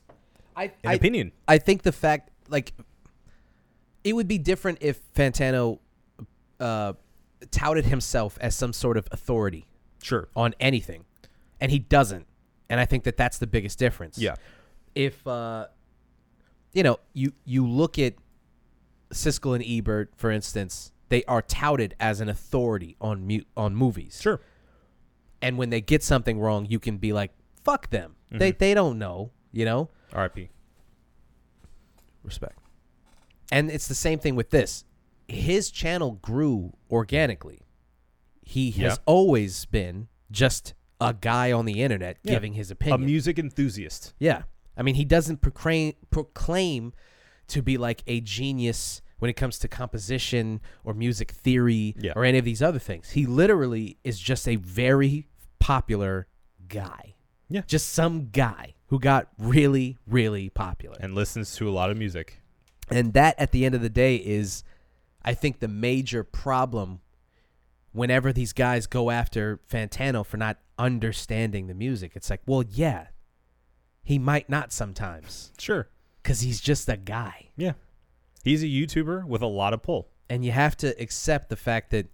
[SPEAKER 1] I
[SPEAKER 2] an opinion
[SPEAKER 1] I think the fact like it would be different if Fantano uh, touted himself as some sort of authority
[SPEAKER 2] sure
[SPEAKER 1] on anything, and he doesn't. And I think that that's the biggest difference.
[SPEAKER 2] yeah
[SPEAKER 1] if uh, you know you you look at Siskel and Ebert, for instance, they are touted as an authority on mu- on movies.
[SPEAKER 2] Sure.
[SPEAKER 1] And when they get something wrong, you can be like, "Fuck them."
[SPEAKER 2] Mm-hmm.
[SPEAKER 1] They they don't know, you know.
[SPEAKER 2] RIP.
[SPEAKER 1] Respect. And it's the same thing with this. His channel grew organically. He
[SPEAKER 2] Yeah.
[SPEAKER 1] has always been just a guy on the internet
[SPEAKER 2] Yeah.
[SPEAKER 1] giving his
[SPEAKER 2] A
[SPEAKER 1] opinion.
[SPEAKER 2] music enthusiast.
[SPEAKER 1] Yeah. I mean, he doesn't proclaim, proclaim to be like a genius when it comes to composition or music theory
[SPEAKER 2] Yeah.
[SPEAKER 1] or any of these other things. He literally is just a very popular guy.
[SPEAKER 2] Yeah.
[SPEAKER 1] Just some guy who got really, really popular.
[SPEAKER 2] And listens to a lot of music.
[SPEAKER 1] And that, at the end of the day, is, I think, the major problem whenever these guys go after Fantano for not understanding the music. It's like, well, yeah, he might not sometimes
[SPEAKER 2] Sure.
[SPEAKER 1] because he's just a guy.
[SPEAKER 2] Yeah. He's a YouTuber with a lot of pull.
[SPEAKER 1] And you have to accept the fact that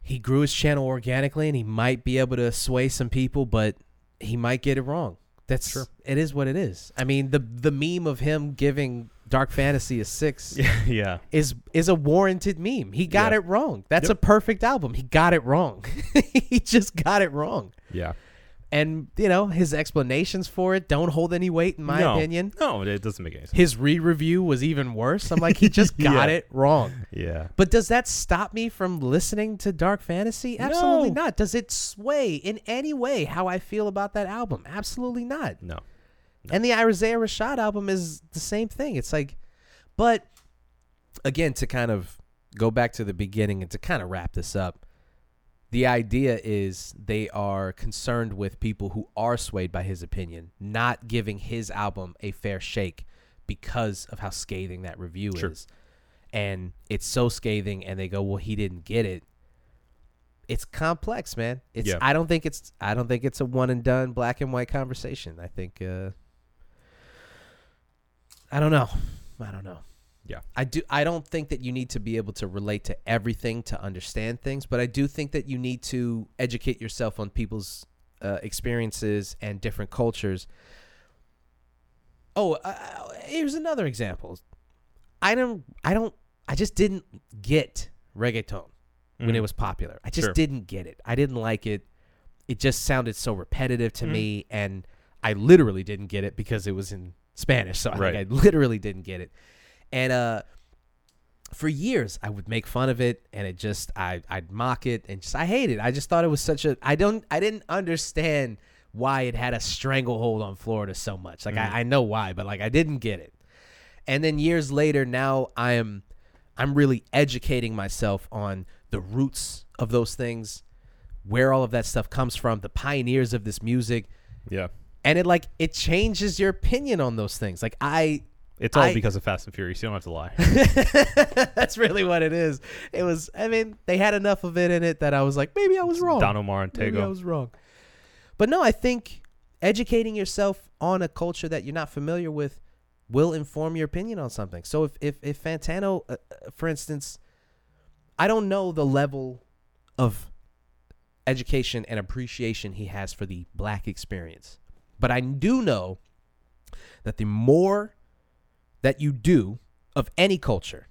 [SPEAKER 1] he grew his channel organically and he might be able to sway some people, but he might get it wrong. That's
[SPEAKER 2] Sure.
[SPEAKER 1] it is what it is. I mean, the the meme of him giving Dark Fantasy a six
[SPEAKER 2] Yeah. yeah.
[SPEAKER 1] is is a warranted meme. He got
[SPEAKER 2] Yeah.
[SPEAKER 1] it wrong. That's
[SPEAKER 2] Yep.
[SPEAKER 1] a perfect album. He got it wrong. he just got it wrong.
[SPEAKER 2] Yeah.
[SPEAKER 1] And you know, his explanations for it don't hold any weight in my
[SPEAKER 2] no.
[SPEAKER 1] opinion.
[SPEAKER 2] No, it doesn't make any sense.
[SPEAKER 1] His re-review was even worse. I'm like, he just got
[SPEAKER 2] Yeah.
[SPEAKER 1] it wrong.
[SPEAKER 2] Yeah.
[SPEAKER 1] But does that stop me from listening to Dark Fantasy? Absolutely
[SPEAKER 2] No.
[SPEAKER 1] not. Does it sway in any way how I feel about that album? Absolutely not.
[SPEAKER 2] No.
[SPEAKER 1] And the Isaiah Rashad album is the same thing. It's like, but again, to kind of go back to the beginning and to kind of wrap this up, the idea is they are concerned with people who are swayed by his opinion, not giving his album a fair shake because of how scathing that review
[SPEAKER 2] Sure.
[SPEAKER 1] is. And it's so scathing, and they go, "Well, he didn't get it." It's complex, man. It's
[SPEAKER 2] Yeah.
[SPEAKER 1] I don't think it's I don't think it's a one and done black and white conversation. I think uh, I don't know. I don't know.
[SPEAKER 2] Yeah.
[SPEAKER 1] I do I don't think that you need to be able to relate to everything to understand things, but I do think that you need to educate yourself on people's uh, experiences and different cultures. Oh, uh, here's another example. I don't I don't I just didn't get reggaeton when it
[SPEAKER 2] Mhm.
[SPEAKER 1] was popular. I just
[SPEAKER 2] Sure.
[SPEAKER 1] didn't get it. I didn't like it. It just sounded so repetitive to me, and I literally didn't get it because it was in Spanish. So I
[SPEAKER 2] Right.
[SPEAKER 1] think I literally didn't get it. And uh, for years I would make fun of it and it just I I'd mock it and just I hate it. I just thought it was such a I don't I didn't understand why it had a stranglehold on Florida so much. Like I, I know why, but like I didn't get it. And then years later now I am I'm really educating myself on the roots of those things, where all of that stuff comes from, the pioneers of this music.
[SPEAKER 2] Yeah.
[SPEAKER 1] And it like it changes your opinion on those things. Like I
[SPEAKER 2] It's all
[SPEAKER 1] I-
[SPEAKER 2] because of Fast and Furious. You don't have to lie.
[SPEAKER 1] That's really what it is. It was. I mean, they had enough of it in it that I was like, maybe I was wrong.
[SPEAKER 2] Don Omar and
[SPEAKER 1] maybe I
[SPEAKER 2] Tego.
[SPEAKER 1] was wrong. But no, I think educating yourself on a culture that you're not familiar with will inform your opinion on something. So if if if Fantano, uh, uh, for instance, I don't know the level of education and appreciation he has for the black experience, but I do know that the more that you do of any culture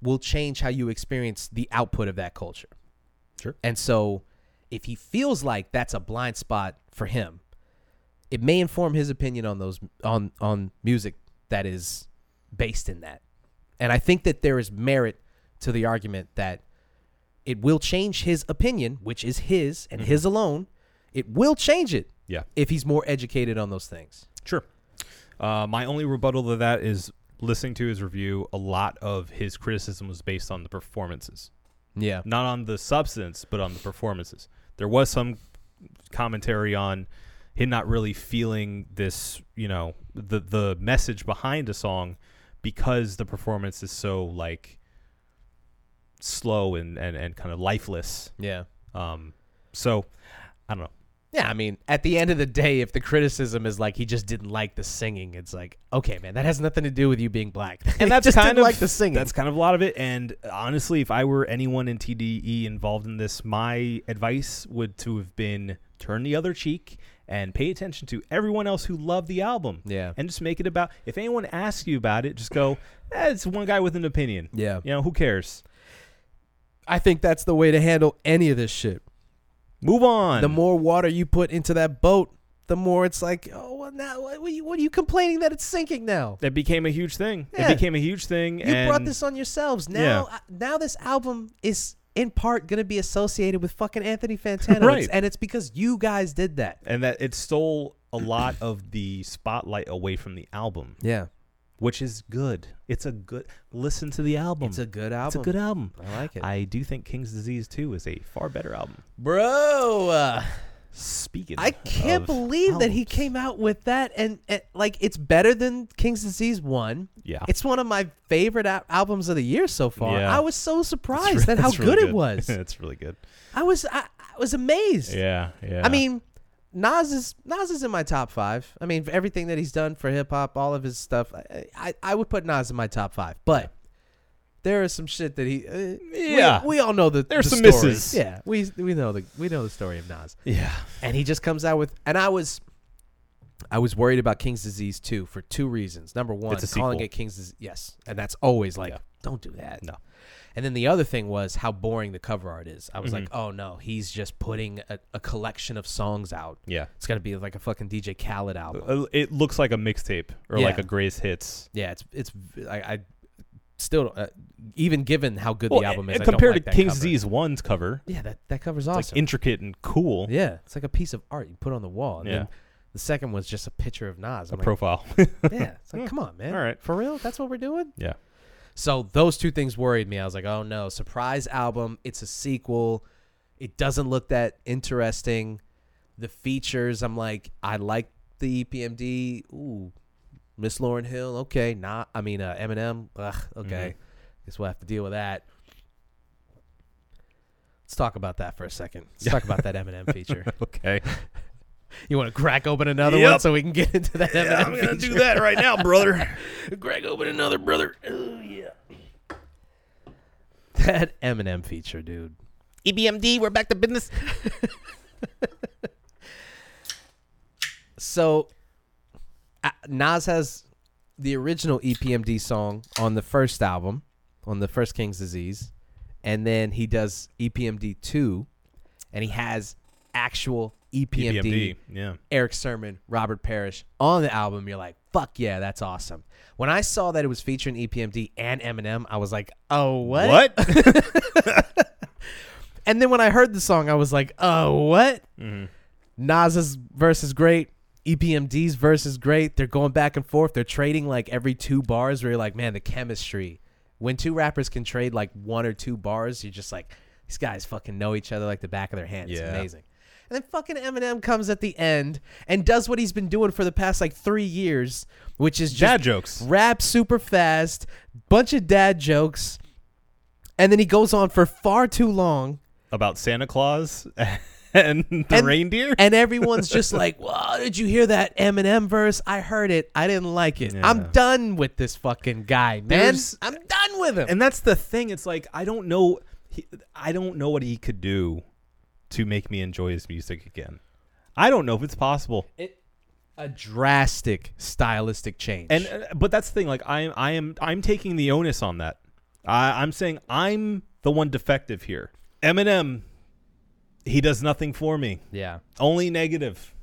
[SPEAKER 1] will change how you experience the output of that culture.
[SPEAKER 2] Sure.
[SPEAKER 1] And so if he feels like that's a blind spot for him, it may inform his opinion on those on on music that is based in that. And I think that there is merit to the argument that it will change his opinion, which is his
[SPEAKER 2] Mm-hmm.
[SPEAKER 1] and his alone. It will change it
[SPEAKER 2] Yeah.
[SPEAKER 1] if he's more educated on those things.
[SPEAKER 2] Sure. Uh, my only rebuttal to that is listening to his review. A lot of his criticism was based on the performances,
[SPEAKER 1] Yeah.
[SPEAKER 2] not on the substance, but on the performances. There was some commentary on him not really feeling this, you know, the the message behind a song because the performance is so like slow and and, and kind of lifeless.
[SPEAKER 1] Yeah.
[SPEAKER 2] Um, so I don't know.
[SPEAKER 1] Yeah, I mean, at the end of the day, if the criticism is like he just didn't like the singing, it's like, okay, man, that has nothing to do with you being black. He
[SPEAKER 2] and that's
[SPEAKER 1] just
[SPEAKER 2] kind
[SPEAKER 1] didn't
[SPEAKER 2] of
[SPEAKER 1] like the singing.
[SPEAKER 2] That's kind of a lot of it. And honestly, if I were anyone in TDE involved in this, my advice would to have been turn the other cheek and pay attention to everyone else who loved the album.
[SPEAKER 1] Yeah.
[SPEAKER 2] and just make it about. If anyone asks you about it, just go. "Eh, It's one guy with an opinion.
[SPEAKER 1] Yeah.
[SPEAKER 2] you know who cares?
[SPEAKER 1] I think that's the way to handle any of this shit.
[SPEAKER 2] Move on.
[SPEAKER 1] The more water you put into that boat, the more it's like, oh, well, now what are you, what are you complaining that it's sinking now?
[SPEAKER 2] that became a huge thing.
[SPEAKER 1] Yeah.
[SPEAKER 2] It became a huge thing.
[SPEAKER 1] You brought
[SPEAKER 2] and-
[SPEAKER 1] this on yourselves. Now,
[SPEAKER 2] Yeah.
[SPEAKER 1] uh, now this album is in part going to be associated with fucking Anthony Fantano,
[SPEAKER 2] Right.
[SPEAKER 1] and it's because you guys did that.
[SPEAKER 2] and that it stole a lot of the spotlight away from the album.
[SPEAKER 1] Yeah,
[SPEAKER 2] which is good. It's a good listen to the album.
[SPEAKER 1] it's a good album.
[SPEAKER 2] It's a good album.
[SPEAKER 1] I like it,
[SPEAKER 2] I do think King's Disease 2 is a far better album.
[SPEAKER 1] bro. uh,
[SPEAKER 2] Speaking
[SPEAKER 1] I can't
[SPEAKER 2] of
[SPEAKER 1] believe that he
[SPEAKER 2] albums.
[SPEAKER 1] came out with that, and, and like it's better than King's Disease One.
[SPEAKER 2] Yeah.
[SPEAKER 1] it's one of my favorite al- albums of the year so far.
[SPEAKER 2] Yeah.
[SPEAKER 1] I was so
[SPEAKER 2] It's
[SPEAKER 1] surprised
[SPEAKER 2] re-
[SPEAKER 1] at how
[SPEAKER 2] it's really
[SPEAKER 1] good, it was.
[SPEAKER 2] it's really good.
[SPEAKER 1] I was I, I was amazed.
[SPEAKER 2] Yeah, yeah.
[SPEAKER 1] I mean, Nas is Nas is in my top five. I mean, for everything that he's done for hip hop, all of his stuff, I, I I would put Nas in my top five. But there is some shit that he. Uh, we-
[SPEAKER 2] Yeah.
[SPEAKER 1] we, all know the
[SPEAKER 2] There's
[SPEAKER 1] the
[SPEAKER 2] some
[SPEAKER 1] story.
[SPEAKER 2] misses.
[SPEAKER 1] Yeah, we we know the we know the story of Nas
[SPEAKER 2] yeah.
[SPEAKER 1] and he just comes out with and i was i was worried about king's disease 2 for two reasons number one
[SPEAKER 2] It's a
[SPEAKER 1] calling
[SPEAKER 2] sequel.
[SPEAKER 1] it king's disease yes and that's always like
[SPEAKER 2] Yeah.
[SPEAKER 1] don't do that
[SPEAKER 2] No.
[SPEAKER 1] and then the other thing was how boring the cover art is i was
[SPEAKER 2] Mm-hmm.
[SPEAKER 1] like oh no he's just putting a, a collection of songs out
[SPEAKER 2] Yeah.
[SPEAKER 1] it's gonna be like a fucking dj khaled album
[SPEAKER 2] Uh, It looks like a mixtape or like
[SPEAKER 1] Yeah.
[SPEAKER 2] a Grace Hits.
[SPEAKER 1] yeah it's it's i, I still uh, even given how good the album is I don't
[SPEAKER 2] compared
[SPEAKER 1] like
[SPEAKER 2] to
[SPEAKER 1] that
[SPEAKER 2] King's
[SPEAKER 1] cover.
[SPEAKER 2] Disease 1's cover,
[SPEAKER 1] yeah that, that cover's
[SPEAKER 2] it's
[SPEAKER 1] awesome
[SPEAKER 2] like intricate and cool.
[SPEAKER 1] yeah it's like a piece of art you put on the wall and
[SPEAKER 2] Yeah.
[SPEAKER 1] then the second was just a picture of Nas. I'm like,
[SPEAKER 2] Profile.
[SPEAKER 1] Oh Yeah. It's like, come on, man.
[SPEAKER 2] all right.
[SPEAKER 1] For real? That's what we're doing?
[SPEAKER 2] yeah.
[SPEAKER 1] So those two things worried me. I was like, oh no, surprise album. It's a sequel. It doesn't look that interesting. The features, I'm like, I like the E EPMD. Ooh, Miss Lauren Hill. Okay. Not, I mean, uh, Eminem. Ugh, okay.
[SPEAKER 2] Mm-hmm.
[SPEAKER 1] Guess we'll have to deal with that. Let's talk about that for a second. Let's talk about that Eminem feature.
[SPEAKER 2] Okay.
[SPEAKER 1] You want to crack open another one
[SPEAKER 2] Yep.
[SPEAKER 1] so we can get into that Eminem
[SPEAKER 2] I'm going to
[SPEAKER 1] feature?
[SPEAKER 2] do that right now, brother.
[SPEAKER 1] Greg, open another, brother. Oh yeah. That Eminem feature, dude. EBMD, we're back to business. so, uh, Nas has the original E EPMD song on the first album, on the first King's Disease, E and then he does EPMD two, and he has actual E EPMD,
[SPEAKER 2] PBMD. Yeah.
[SPEAKER 1] Eric Sermon, Robert Parrish on the album, you're like, fuck yeah, that's awesome. When I saw that it was featuring E EPMD and Eminem, I was like, oh, what?
[SPEAKER 2] What?
[SPEAKER 1] And then when I heard the song, I was like, oh, what?
[SPEAKER 2] Mm-hmm.
[SPEAKER 1] Nas's verse is great. E EPMD's verse is great. They're going back and forth. They're trading like every two bars where you're like, man, the chemistry. When two rappers can trade like one or two bars, you're just like, these guys fucking know each other like the back of their hand. It's
[SPEAKER 2] Yeah.
[SPEAKER 1] amazing. And then fucking Eminem comes at the end and does what he's been doing for the past like three years, which is just
[SPEAKER 2] Dad jokes.
[SPEAKER 1] rap super fast, bunch of dad jokes. And then he goes on for far too long
[SPEAKER 2] about Santa Claus and the
[SPEAKER 1] And-
[SPEAKER 2] reindeer.
[SPEAKER 1] and everyone's just like, "Wow, did you hear that Eminem verse? I heard it. I didn't like it.
[SPEAKER 2] Yeah.
[SPEAKER 1] I'm done with this fucking guy, man.
[SPEAKER 2] There's-
[SPEAKER 1] I'm done with him."
[SPEAKER 2] and that's the thing. It's like I don't know. He, I don't know what he could do to make me enjoy his music again. I don't know if it's possible.
[SPEAKER 1] a drastic stylistic change.
[SPEAKER 2] And uh, but that's the thing. Like I, I am, I'm taking the onus on that. I, I'm saying I'm the one defective here. Eminem, he does nothing for me.
[SPEAKER 1] yeah,
[SPEAKER 2] Only negative.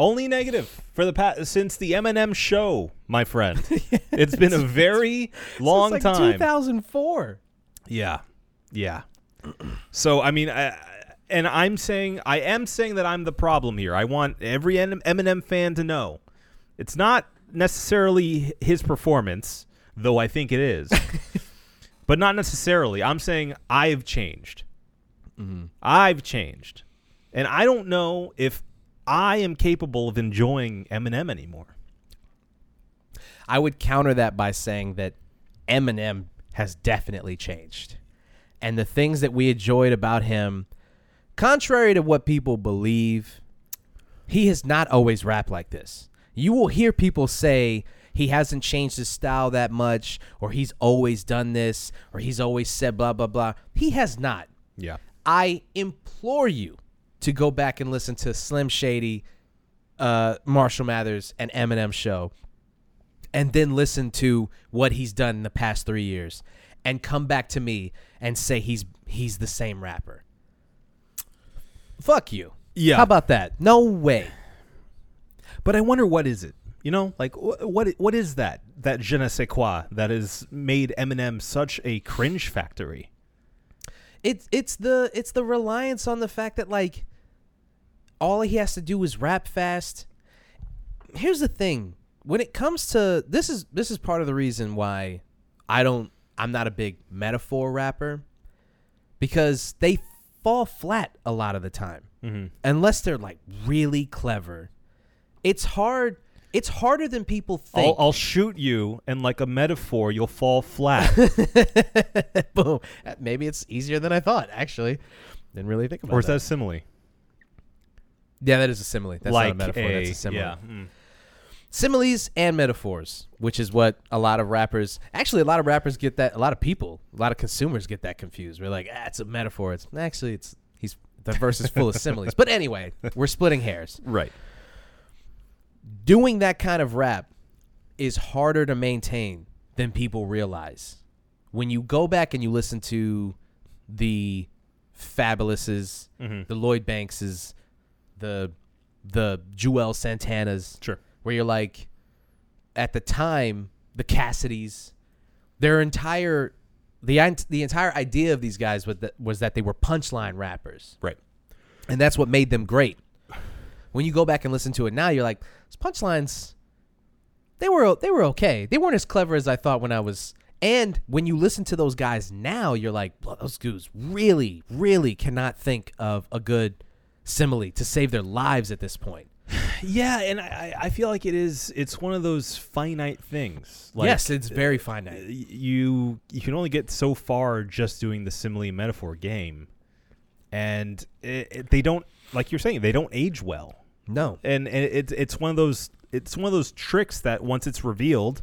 [SPEAKER 2] Only negative for the past since the Eminem show, my friend. it's been a very long
[SPEAKER 1] It's like
[SPEAKER 2] time.
[SPEAKER 1] 2004.
[SPEAKER 2] Yeah. Yeah. so I mean, I, and I'm saying I am saying that I'm the problem here. I want every N- Eminem fan to know it's not necessarily his performance, though I think it is, but not necessarily. I'm saying I've changed. I've changed, and I don't know if I am capable of enjoying Eminem anymore.
[SPEAKER 1] I would counter that by saying that Eminem has definitely changed. And the things that we enjoyed about him, contrary to what people believe, he has not always rapped like this. You will hear people say he hasn't changed his style that much, or he's always done this, or he's always said blah, blah, blah. He has not.
[SPEAKER 2] Yeah.
[SPEAKER 1] I implore you to go back and listen to Slim Shady, uh, Marshall Mathers, and Eminem show, and then listen to what he's done in the past three years, and come back to me and say he's he's the same rapper. Fuck you.
[SPEAKER 2] Yeah.
[SPEAKER 1] How about that? No way.
[SPEAKER 2] But I wonder what is it? You know, like wh- what what is that that je ne sais quoi that has made Eminem such a cringe factory?
[SPEAKER 1] it's it's the it's the reliance on the fact that like all he has to do is rap fast. Here's the thing. When it comes to this is this is part of the reason why I don't I'm not a big metaphor rapper because they fall flat a lot of the time. Unless they're like really clever. It's hard it's harder than people
[SPEAKER 2] I'll,
[SPEAKER 1] think.
[SPEAKER 2] I'll shoot you, and like a metaphor, you'll fall flat.
[SPEAKER 1] Boom. Maybe it's easier than I thought actually. Didn't really think about
[SPEAKER 2] or is that a simile?
[SPEAKER 1] Yeah, that is a simile. That's
[SPEAKER 2] like
[SPEAKER 1] not a metaphor. that's a simile.
[SPEAKER 2] Yeah. mm.
[SPEAKER 1] Similes and metaphors, which is what a lot of rappers, actually, a lot of rappers get that. A lot of people, a lot of consumers get that confused. We're like, ah, it's a metaphor. It's actually, it's he's the verse is full of similes. But anyway, we're splitting hairs.
[SPEAKER 2] Right.
[SPEAKER 1] Doing that kind of rap is harder to maintain than people realize. When you go back and you listen to the Fabulouses,
[SPEAKER 2] Mm-hmm.
[SPEAKER 1] the Lloyd Bankses, the the Joel Santanas,
[SPEAKER 2] Sure.
[SPEAKER 1] where you're like, at the time, the Cassidys, their entire the en- the entire idea of these guys was that, was that they were punchline rappers,
[SPEAKER 2] Right.
[SPEAKER 1] and that's what made them great. When you go back and listen to it now, you're like, these punchlines, they were o- they were okay. They weren't as clever as I thought when I was. And when you listen to those guys now, you're like, "Bro, those dudes really, really cannot think of a good simile to save their lives at this point.
[SPEAKER 2] Yeah, and I, I I feel like it is. It's one of those finite things. Like,
[SPEAKER 1] yes, it's very
[SPEAKER 2] y-
[SPEAKER 1] finite.
[SPEAKER 2] you you can only get so far just doing the simile and metaphor game, and it, it- they don't like you're saying they don't age well,
[SPEAKER 1] No,
[SPEAKER 2] and, and it's it's one of those it's one of those tricks that once it's revealed,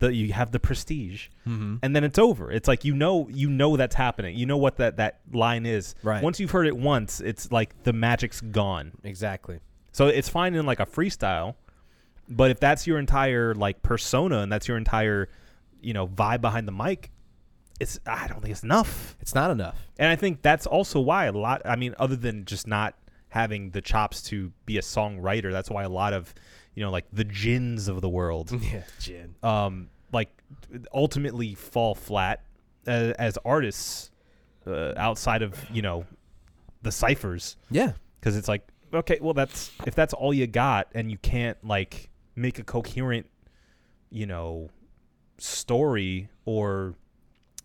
[SPEAKER 2] that you have the prestige, and then it's over. It's like you know you know that's happening. You know what that that line is.
[SPEAKER 1] Right.
[SPEAKER 2] Once you've heard it once, it's like the magic's gone.
[SPEAKER 1] exactly.
[SPEAKER 2] So it's fine in like a freestyle, but if that's your entire like persona and that's your entire, you know, vibe behind the mic, it's I don't think it's enough.
[SPEAKER 1] It's not enough.
[SPEAKER 2] And I think that's also why a lot I mean other than just not having the chops to be a songwriter. That's why a lot of, you know, like the gins of the world
[SPEAKER 1] yeah, Jin.
[SPEAKER 2] um, like ultimately fall flat as, as artists uh, outside of you know the ciphers
[SPEAKER 1] Yeah,
[SPEAKER 2] because it's like okay well that's if that's all you got and you can't like make a coherent you know story or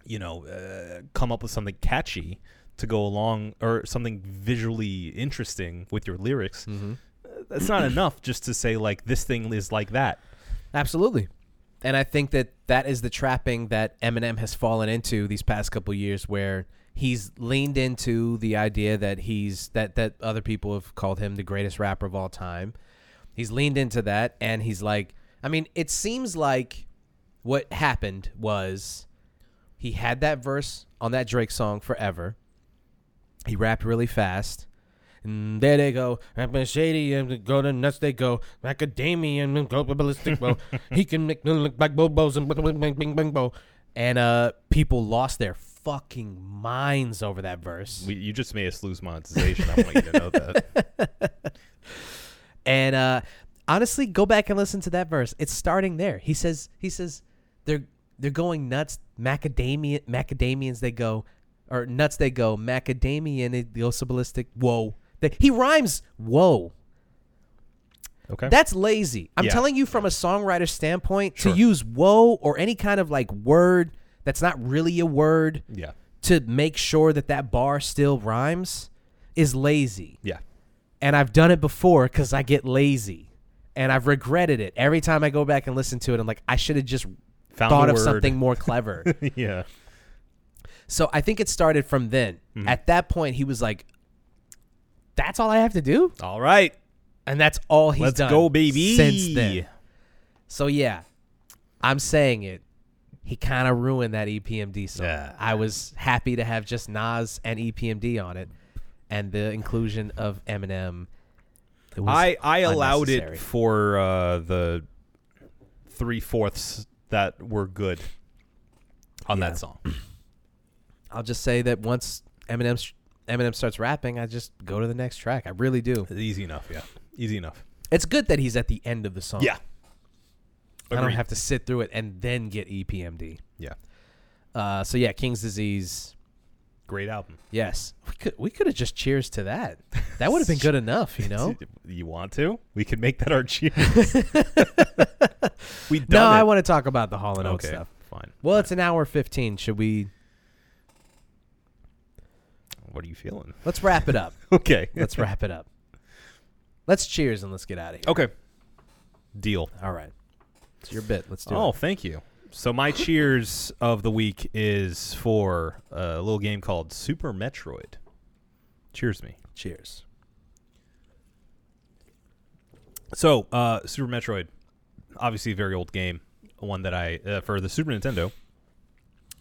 [SPEAKER 2] you know uh, come up with something catchy to go along or something visually interesting with your lyrics uh, that's not enough just to say like this thing is like that
[SPEAKER 1] absolutely. And I think that that is the trapping that Eminem has fallen into these past couple years, where he's leaned into the idea that he's that that other people have called him the greatest rapper of all time. He's leaned into that, and he's like, I mean, it seems like what happened was he had that verse on that Drake song forever. He rapped really fast. And there they go, rapping shady and go to nuts they go, macadamia and go ballistic bo. he can make them look like bobos and bing bing bing bing bo. And uh, people lost their fucking minds over that verse.
[SPEAKER 2] We, you just made us lose monetization. I want you to know that.
[SPEAKER 1] And uh, honestly, go back and listen to that verse. It's starting there. He says he says they're they're going nuts. Macadamia macadamians they go or nuts they go. Macadamia and it goes ballistic. Whoa. They, he rhymes whoa.
[SPEAKER 2] Okay.
[SPEAKER 1] That's lazy. I'm
[SPEAKER 2] Yeah.
[SPEAKER 1] telling you from a songwriter's standpoint
[SPEAKER 2] Sure.
[SPEAKER 1] to use whoa or any kind of like word that's not really a word
[SPEAKER 2] yeah.
[SPEAKER 1] to make sure that that bar still rhymes is lazy
[SPEAKER 2] Yeah.
[SPEAKER 1] and I've done it before because I get lazy, and I've regretted it every time I go back and listen to it. I'm like, I should have just
[SPEAKER 2] Found
[SPEAKER 1] thought
[SPEAKER 2] a
[SPEAKER 1] of
[SPEAKER 2] word.
[SPEAKER 1] something more clever.
[SPEAKER 2] yeah.
[SPEAKER 1] so I think it started from then.
[SPEAKER 2] Mm-hmm.
[SPEAKER 1] At that point, he was like, "That's all I have to do,"
[SPEAKER 2] All right.
[SPEAKER 1] and that's all he's
[SPEAKER 2] Let's
[SPEAKER 1] done.
[SPEAKER 2] go, baby.
[SPEAKER 1] Since then, so yeah, I'm saying it. He kind of ruined that E EPMD song.
[SPEAKER 2] Yeah.
[SPEAKER 1] I was happy to have just Nas and E EPMD on it, and the inclusion of Eminem. it was
[SPEAKER 2] I I allowed
[SPEAKER 1] unnecessary.
[SPEAKER 2] it for uh, the three fourths that were good on
[SPEAKER 1] Yeah.
[SPEAKER 2] that song.
[SPEAKER 1] I'll just say that once Eminem Eminem starts rapping, I just go to the next track. I really do.
[SPEAKER 2] Easy enough. Yeah. Easy enough.
[SPEAKER 1] It's good that he's at the end of the song.
[SPEAKER 2] Yeah.
[SPEAKER 1] I don't
[SPEAKER 2] Agreed.
[SPEAKER 1] have to sit through it and then get E EPMD.
[SPEAKER 2] Yeah.
[SPEAKER 1] Uh, so yeah, King's Disease.
[SPEAKER 2] Great album.
[SPEAKER 1] Yes, we could we could have just cheers to that. That would have been good enough, you know.
[SPEAKER 2] You want to? We could make that our cheer. we done
[SPEAKER 1] No,
[SPEAKER 2] it.
[SPEAKER 1] I want to talk about the Hall and Oates
[SPEAKER 2] okay.
[SPEAKER 1] stuff.
[SPEAKER 2] Fine.
[SPEAKER 1] Well, it's an hour fifteen. Should we?
[SPEAKER 2] What are you feeling?
[SPEAKER 1] Let's wrap it up.
[SPEAKER 2] Okay.
[SPEAKER 1] let's wrap it up. Let's cheers and let's get out of here.
[SPEAKER 2] Okay. Deal.
[SPEAKER 1] All right, it's your bit. Let's do
[SPEAKER 2] oh,
[SPEAKER 1] it.
[SPEAKER 2] thank you. So my cheers of the week is for a little game called Super Metroid. Cheers me.
[SPEAKER 1] Cheers.
[SPEAKER 2] So uh, Super Metroid, obviously a very old game, one that I uh, for the Super Nintendo.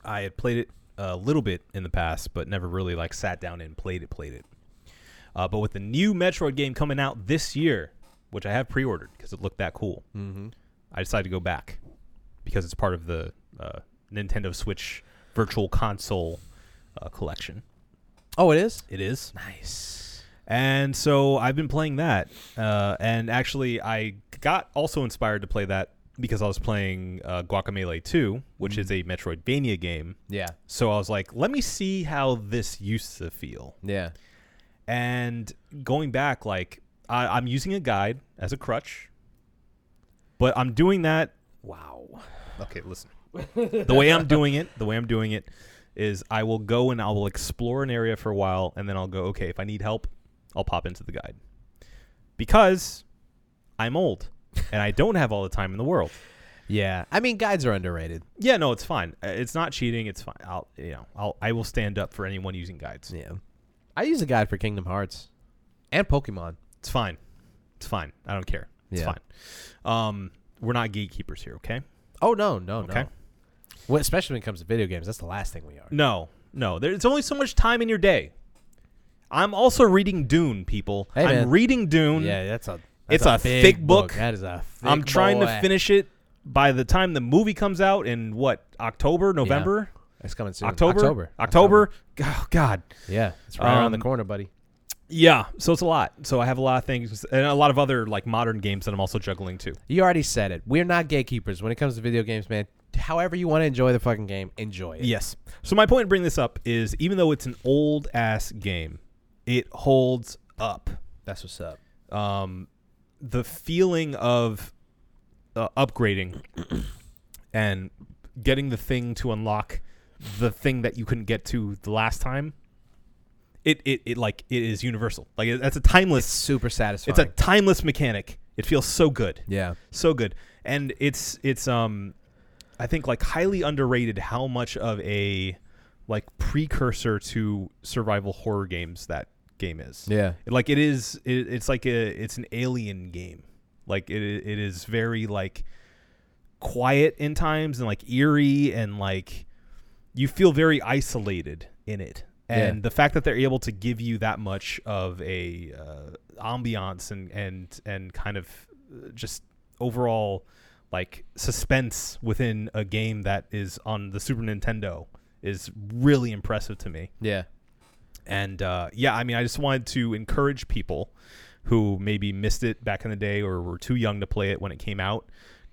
[SPEAKER 2] I had played it a little bit in the past, but never really like sat down and played it. Played it. Uh, but with the new Metroid game coming out this year, which I have pre-ordered because it looked that cool,
[SPEAKER 1] Mm-hmm.
[SPEAKER 2] I decided to go back because it's part of the uh, Nintendo Switch Virtual Console uh, collection.
[SPEAKER 1] Oh, it is.
[SPEAKER 2] It is,
[SPEAKER 1] Nice.
[SPEAKER 2] and so I've been playing that. Uh, and actually, I got also inspired to play that because I was playing uh, Guacamelee 2, which is a Metroidvania game.
[SPEAKER 1] Yeah.
[SPEAKER 2] So I was like, let me see how this used to feel.
[SPEAKER 1] Yeah.
[SPEAKER 2] And going back, like I, I'm using a guide as a crutch, but I'm doing that
[SPEAKER 1] Wow.
[SPEAKER 2] Okay, listen. the way I'm doing it, the way I'm doing it is I will go and I will explore an area for a while and then I'll go, okay, if I need help, I'll pop into the guide. Because I'm old and I don't have all the time in the world.
[SPEAKER 1] Yeah. I mean, guides are underrated.
[SPEAKER 2] Yeah, no, it's fine. Uh, It's not cheating, it's fine. I'll you know, I'll I will stand up for anyone using guides.
[SPEAKER 1] Yeah. I use a guide for Kingdom Hearts and Pokemon.
[SPEAKER 2] It's fine. It's fine. I don't care. It's
[SPEAKER 1] Yeah.
[SPEAKER 2] fine. Um we're not gatekeepers here, okay?
[SPEAKER 1] Oh no, no,
[SPEAKER 2] Okay.
[SPEAKER 1] no. Well, especially when it comes to video games, that's the last thing we are.
[SPEAKER 2] No, no. There's only so much time in your day. I'm also reading Dune, people.
[SPEAKER 1] Hey,
[SPEAKER 2] I'm
[SPEAKER 1] man.
[SPEAKER 2] reading Dune.
[SPEAKER 1] Yeah, that's a.
[SPEAKER 2] It's a
[SPEAKER 1] big
[SPEAKER 2] thick book.
[SPEAKER 1] That is a. Thick
[SPEAKER 2] I'm trying
[SPEAKER 1] boy.
[SPEAKER 2] to finish it by the time the movie comes out in what October, November,
[SPEAKER 1] It's coming soon.
[SPEAKER 2] October,
[SPEAKER 1] October.
[SPEAKER 2] October. Oh, God.
[SPEAKER 1] Yeah, it's right around the
[SPEAKER 2] Um,
[SPEAKER 1] corner, buddy.
[SPEAKER 2] Yeah, so it's a lot. So I have a lot of things and a lot of other like modern games that I'm also juggling too.
[SPEAKER 1] You already said it. We're not gatekeepers when it comes to video games, man. However you want to enjoy the fucking game, enjoy it.
[SPEAKER 2] Yes. So my point in bringing this up is even though it's an old ass game, it holds up.
[SPEAKER 1] That's what's up.
[SPEAKER 2] Um, the feeling of uh, upgrading and getting the thing to unlock the thing that you couldn't get to the last time. It, it, it like it is universal. Like it, that's a timeless.
[SPEAKER 1] Super satisfying.
[SPEAKER 2] It's a timeless mechanic. It feels so good.
[SPEAKER 1] yeah.
[SPEAKER 2] so good and it's it's um i think like highly underrated how much of a like precursor to survival horror games that game is
[SPEAKER 1] Yeah.
[SPEAKER 2] like it is it, it's like a it's an alien game like it it is very like quiet in times and like eerie and like you feel very isolated in it and
[SPEAKER 1] Yeah.
[SPEAKER 2] the fact that they're able to give you that much of a uh, ambiance and and and kind of uh, just overall like suspense within a game that is on the Super Nintendo is really impressive to me.
[SPEAKER 1] Yeah.
[SPEAKER 2] And uh, yeah, I mean, I just wanted to encourage people who maybe missed it back in the day or were too young to play it when it came out,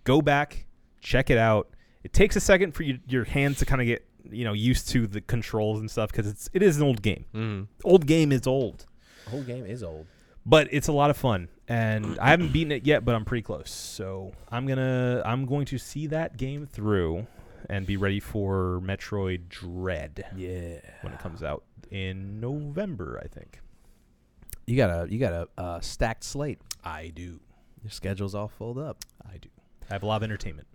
[SPEAKER 2] go back, check it out. It takes a second for you, your hands to kind of get you know used to the controls and stuff because it's it is an old game.
[SPEAKER 1] Mm.
[SPEAKER 2] Old game is old,
[SPEAKER 1] The whole game is old.
[SPEAKER 2] but it's a lot of fun. And I haven't beaten it yet, but I'm pretty close. So I'm gonna I'm going to see that game through and be ready for Metroid Dread
[SPEAKER 1] Yeah.
[SPEAKER 2] when it comes out in November, I think.
[SPEAKER 1] You got a you got a uh, stacked slate.
[SPEAKER 2] I do.
[SPEAKER 1] Your schedule's all filled up.
[SPEAKER 2] I do. I have a lot of entertainment.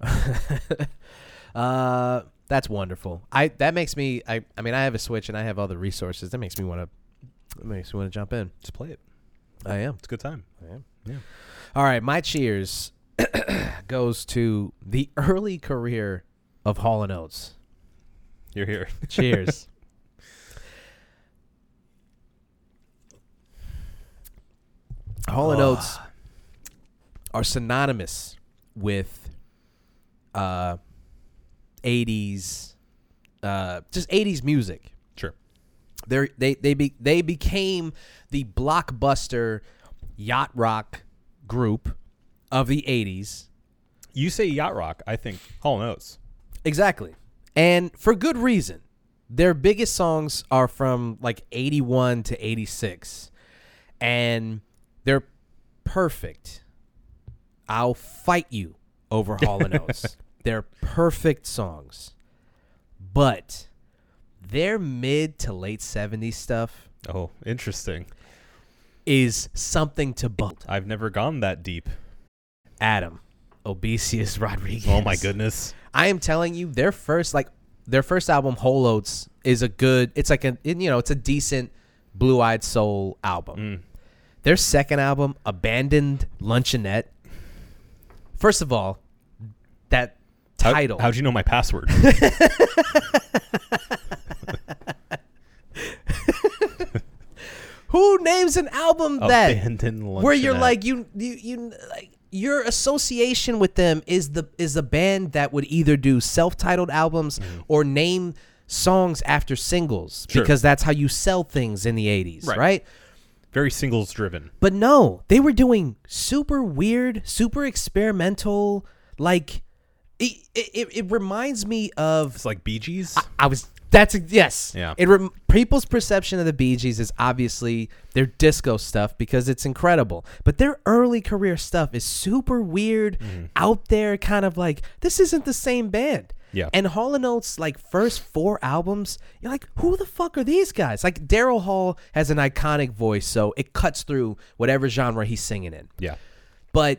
[SPEAKER 1] Uh, that's wonderful. I that makes me. I I mean, I have a Switch and I have all the resources. That makes me want to. That makes me want to jump in.
[SPEAKER 2] Just play it.
[SPEAKER 1] I am.
[SPEAKER 2] It's a good time.
[SPEAKER 1] I am.
[SPEAKER 2] Yeah.
[SPEAKER 1] All right, my cheers goes to the early career of Hall and Oates.
[SPEAKER 2] You're here.
[SPEAKER 1] Cheers. Hall and Oates are synonymous with uh, 80s, uh, just 80s music.
[SPEAKER 2] Sure.
[SPEAKER 1] They're, they they be, they became the blockbuster yacht rock group of the 80s.
[SPEAKER 2] You say yacht rock. I think Hall knows.
[SPEAKER 1] Exactly. And for good reason. Their biggest songs are from like 81 to 86. And they're perfect. I'll fight you over Hall and Oates. they're perfect songs. But their mid to late 70s stuff
[SPEAKER 2] Oh, interesting.
[SPEAKER 1] is something to bolt.
[SPEAKER 2] I've never gone that deep.
[SPEAKER 1] Adam, Obesius Rodriguez.
[SPEAKER 2] Oh my goodness.
[SPEAKER 1] I am telling you, their first like their first album, Whole Oats, is a good. It's like a you know, it's a decent Blue Eyed Soul album.
[SPEAKER 2] Mm.
[SPEAKER 1] Their second album, Abandoned Luncheonette. First of all, that
[SPEAKER 2] How-
[SPEAKER 1] title.
[SPEAKER 2] How'd you know my password?
[SPEAKER 1] Who names an album that
[SPEAKER 2] Abandoned
[SPEAKER 1] where you're
[SPEAKER 2] luncheonette.
[SPEAKER 1] like you you you like your association with them is the is the band that would either do self-titled albums or name songs after singles
[SPEAKER 2] Mm-hmm. Sure.
[SPEAKER 1] because that's how you sell things in the 80s
[SPEAKER 2] Right.
[SPEAKER 1] right?
[SPEAKER 2] very singles driven.
[SPEAKER 1] But no, they were doing super weird, super experimental. Like it, it, it reminds me of
[SPEAKER 2] It's like Bee Gees.
[SPEAKER 1] I was. That's yes.
[SPEAKER 2] Yeah.
[SPEAKER 1] It rem, people's perception of the Bee Gees is obviously their disco stuff because it's incredible, but their early career stuff is super weird,
[SPEAKER 2] Mm-hmm.
[SPEAKER 1] out there, kind of like this isn't the same band.
[SPEAKER 2] Yeah.
[SPEAKER 1] And Hall and Oates, like first four albums, you're like, who the fuck are these guys? Like Daryl Hall has an iconic voice, so it cuts through whatever genre he's singing in.
[SPEAKER 2] yeah.
[SPEAKER 1] But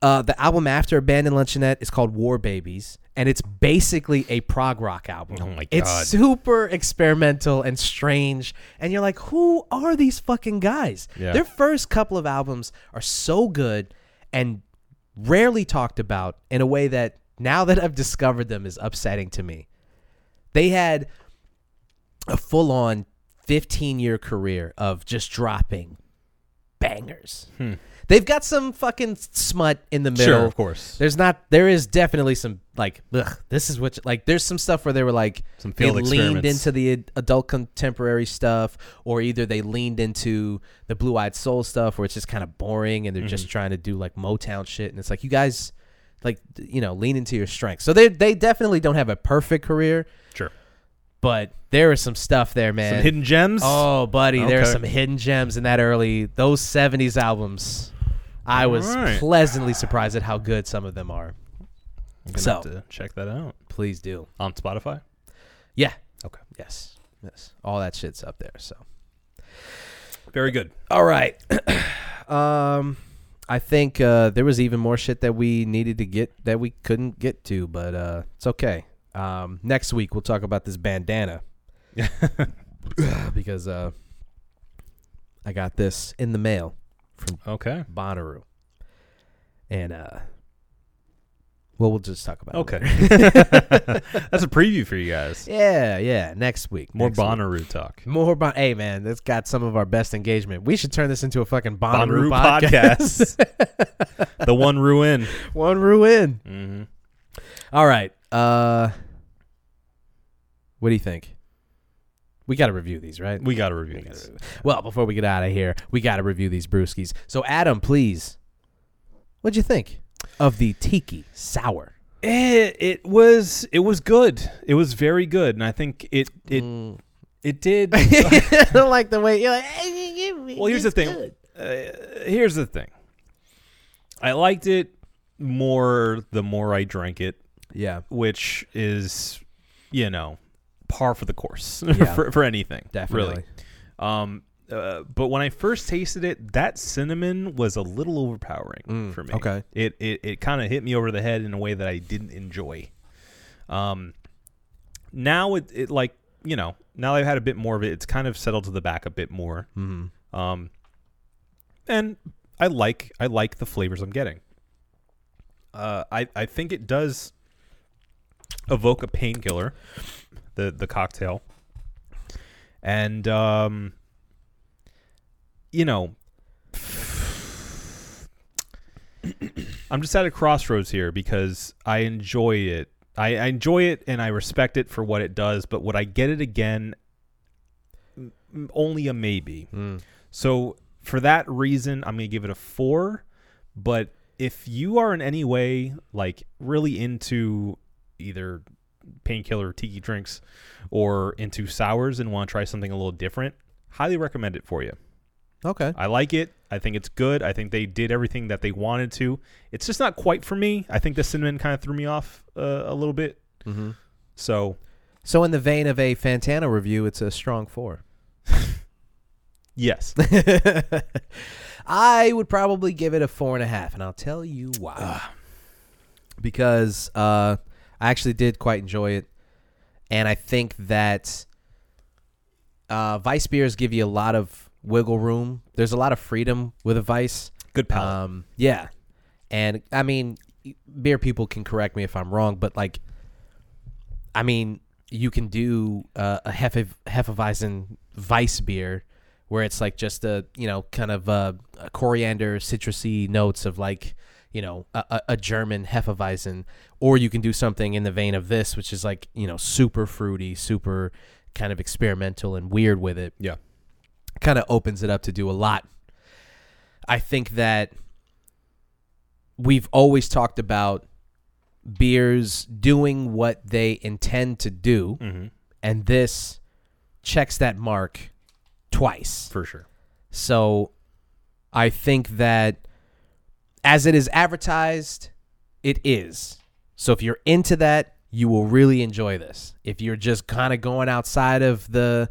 [SPEAKER 1] uh, the album after Abandoned Luncheonette is called War Babies, and it's basically a prog rock album.
[SPEAKER 2] Oh my God.
[SPEAKER 1] It's super experimental and strange, and you're like, who are these fucking guys?
[SPEAKER 2] Yeah.
[SPEAKER 1] Their first couple of albums are so good and rarely talked about in a way that now that I've discovered them is upsetting to me. They had a full on 15 year career of just dropping bangers. They've got some fucking smut in the middle.
[SPEAKER 2] Hmm. Sure, of course.
[SPEAKER 1] There's not. There is definitely some like. Ugh, this is what like. There's some stuff where they were like.
[SPEAKER 2] Some field
[SPEAKER 1] they leaned
[SPEAKER 2] experiments.
[SPEAKER 1] into the ad- adult contemporary stuff, or either they leaned into the Blue Eyed Soul stuff, where it's just kind of boring, and they're
[SPEAKER 2] Mm-hmm.
[SPEAKER 1] just trying to do like Motown shit, and it's like you guys, like d- you know, lean into your strengths. So they they definitely don't have a perfect career,
[SPEAKER 2] Sure.
[SPEAKER 1] but there is some stuff there, man.
[SPEAKER 2] Some hidden gems.
[SPEAKER 1] Oh, buddy, there are
[SPEAKER 2] Okay.
[SPEAKER 1] some hidden gems in that early those '70s albums. I was
[SPEAKER 2] Alright.
[SPEAKER 1] pleasantly surprised at how good some of them are.
[SPEAKER 2] I'm gonna
[SPEAKER 1] so-
[SPEAKER 2] have to check that out
[SPEAKER 1] Please do.
[SPEAKER 2] on Spotify.
[SPEAKER 1] Yeah.
[SPEAKER 2] Okay.
[SPEAKER 1] Yes. Yes. All that shit's up there. So.
[SPEAKER 2] Very good.
[SPEAKER 1] All right. um, I think uh, there was even more shit that we needed to get that we couldn't get to, but uh, it's okay. Um, next week we'll talk about this bandana because uh, I got this in the mail from
[SPEAKER 2] okay.
[SPEAKER 1] Bonnaroo. And uh well we'll just talk about
[SPEAKER 2] Okay.
[SPEAKER 1] it. later.
[SPEAKER 2] That's a preview for you guys.
[SPEAKER 1] Yeah, yeah. Next week.
[SPEAKER 2] More
[SPEAKER 1] next week.
[SPEAKER 2] Bonnaroo talk.
[SPEAKER 1] More Bon hey man, that's got some of our best engagement. We should turn this into a fucking Bonnaroo,
[SPEAKER 2] Bonnaroo
[SPEAKER 1] podcast.
[SPEAKER 2] the one ruin.
[SPEAKER 1] One ruin.
[SPEAKER 2] Mm-hmm.
[SPEAKER 1] All right. Uh what do you think? We gotta review these, right?
[SPEAKER 2] We got to review
[SPEAKER 1] gotta
[SPEAKER 2] these.
[SPEAKER 1] Well, before we get out of here, we gotta review these brewskis. So Adam, please. What'd you think? Of the tiki sour.
[SPEAKER 2] It, it was it was good. It was very good, and I think it it
[SPEAKER 1] Mm.
[SPEAKER 2] it did.
[SPEAKER 1] I don't like the way you're like. Well,
[SPEAKER 2] well, here's the thing. Uh, here's the thing. I liked it more the more I drank it,
[SPEAKER 1] Yeah,
[SPEAKER 2] which is, you know, par for the course
[SPEAKER 1] Yeah.
[SPEAKER 2] for, for anything.
[SPEAKER 1] definitely.
[SPEAKER 2] Really. Um, uh, but when I first tasted it, that cinnamon was a little overpowering
[SPEAKER 1] Mm,
[SPEAKER 2] for me.
[SPEAKER 1] okay.
[SPEAKER 2] It it, it kind of hit me over the head in a way that I didn't enjoy. Um, now it, it like you know now I've had a bit more of it. It's kind of settled to the back a bit more.
[SPEAKER 1] Mhm.
[SPEAKER 2] Um, and I like I like the flavors I'm getting. Uh, I I think it does evoke a painkiller, the the cocktail, and um, you know, I'm just at a crossroads here because I enjoy it. I, I enjoy it and I respect it for what it does, but would I get it again? M- m- Only a maybe.
[SPEAKER 1] Mm.
[SPEAKER 2] So for that reason, I'm gonna give it a four. But if you are in any way like really into either painkiller or tiki drinks or into sours and want to try something a little different, highly recommend it for you.
[SPEAKER 1] Okay.
[SPEAKER 2] I like it. I think it's good. I think they did everything that they wanted to. It's just not quite for me. I think the cinnamon kind of threw me off uh, a little bit.
[SPEAKER 1] hmm
[SPEAKER 2] So
[SPEAKER 1] So, in the vein of a Fantana review, it's a strong four.
[SPEAKER 2] yes,
[SPEAKER 1] I would probably give it a four and a half, and I'll tell you why. Because uh, I actually did quite enjoy it, and I think that uh, vice beers give you a lot of wiggle room. There's a lot of freedom with a vice.
[SPEAKER 2] good palate.
[SPEAKER 1] Um, yeah, and I mean, beer people can correct me if I'm wrong, but like, I mean, you can do uh, a Hefe, Hefeweizen Weiss beer where it's like just a you know kind of uh, a coriander, citrusy notes of like you know a, a, a German Hefeweizen, or you can do something in the vein of this, which is like you know super fruity, super kind of experimental and weird with it
[SPEAKER 2] yeah,
[SPEAKER 1] kind of opens it up to do a lot. I think that we've always talked about beers doing what they intend to do,
[SPEAKER 2] Mhm.
[SPEAKER 1] and this checks that mark twice.
[SPEAKER 2] for sure.
[SPEAKER 1] So I think that as it is advertised, it is. So if you're into that, you will really enjoy this. If you're just kind of going outside of the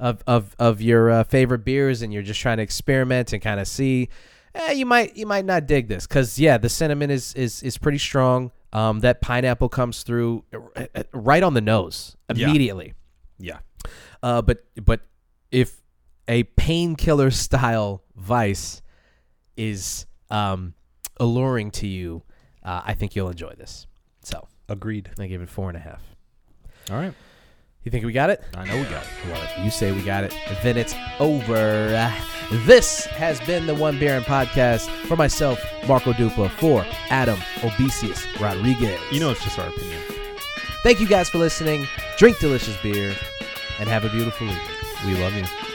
[SPEAKER 1] of of of your uh, favorite beers and you're just trying to experiment and kind of see, eh, you might you might not dig this cuz yeah, the cinnamon is is is pretty strong. Um, that pineapple comes through uh, uh, right on the nose
[SPEAKER 2] Yeah.
[SPEAKER 1] immediately.
[SPEAKER 2] Yeah,
[SPEAKER 1] Uh, but but if a painkiller style vice is um, alluring to you, uh, I think you'll enjoy this. So
[SPEAKER 2] agreed.
[SPEAKER 1] I give it four and a half.
[SPEAKER 2] All right.
[SPEAKER 1] You think we got it?
[SPEAKER 2] I know we got it.
[SPEAKER 1] Well, if you say we got it, then it's over. This has been the One Baron podcast for myself, Marco Dupla, for Adam Obesius Rodriguez.
[SPEAKER 2] You know, it's just our opinion.
[SPEAKER 1] thank you guys for listening. Drink delicious beer and have a beautiful evening. We love you.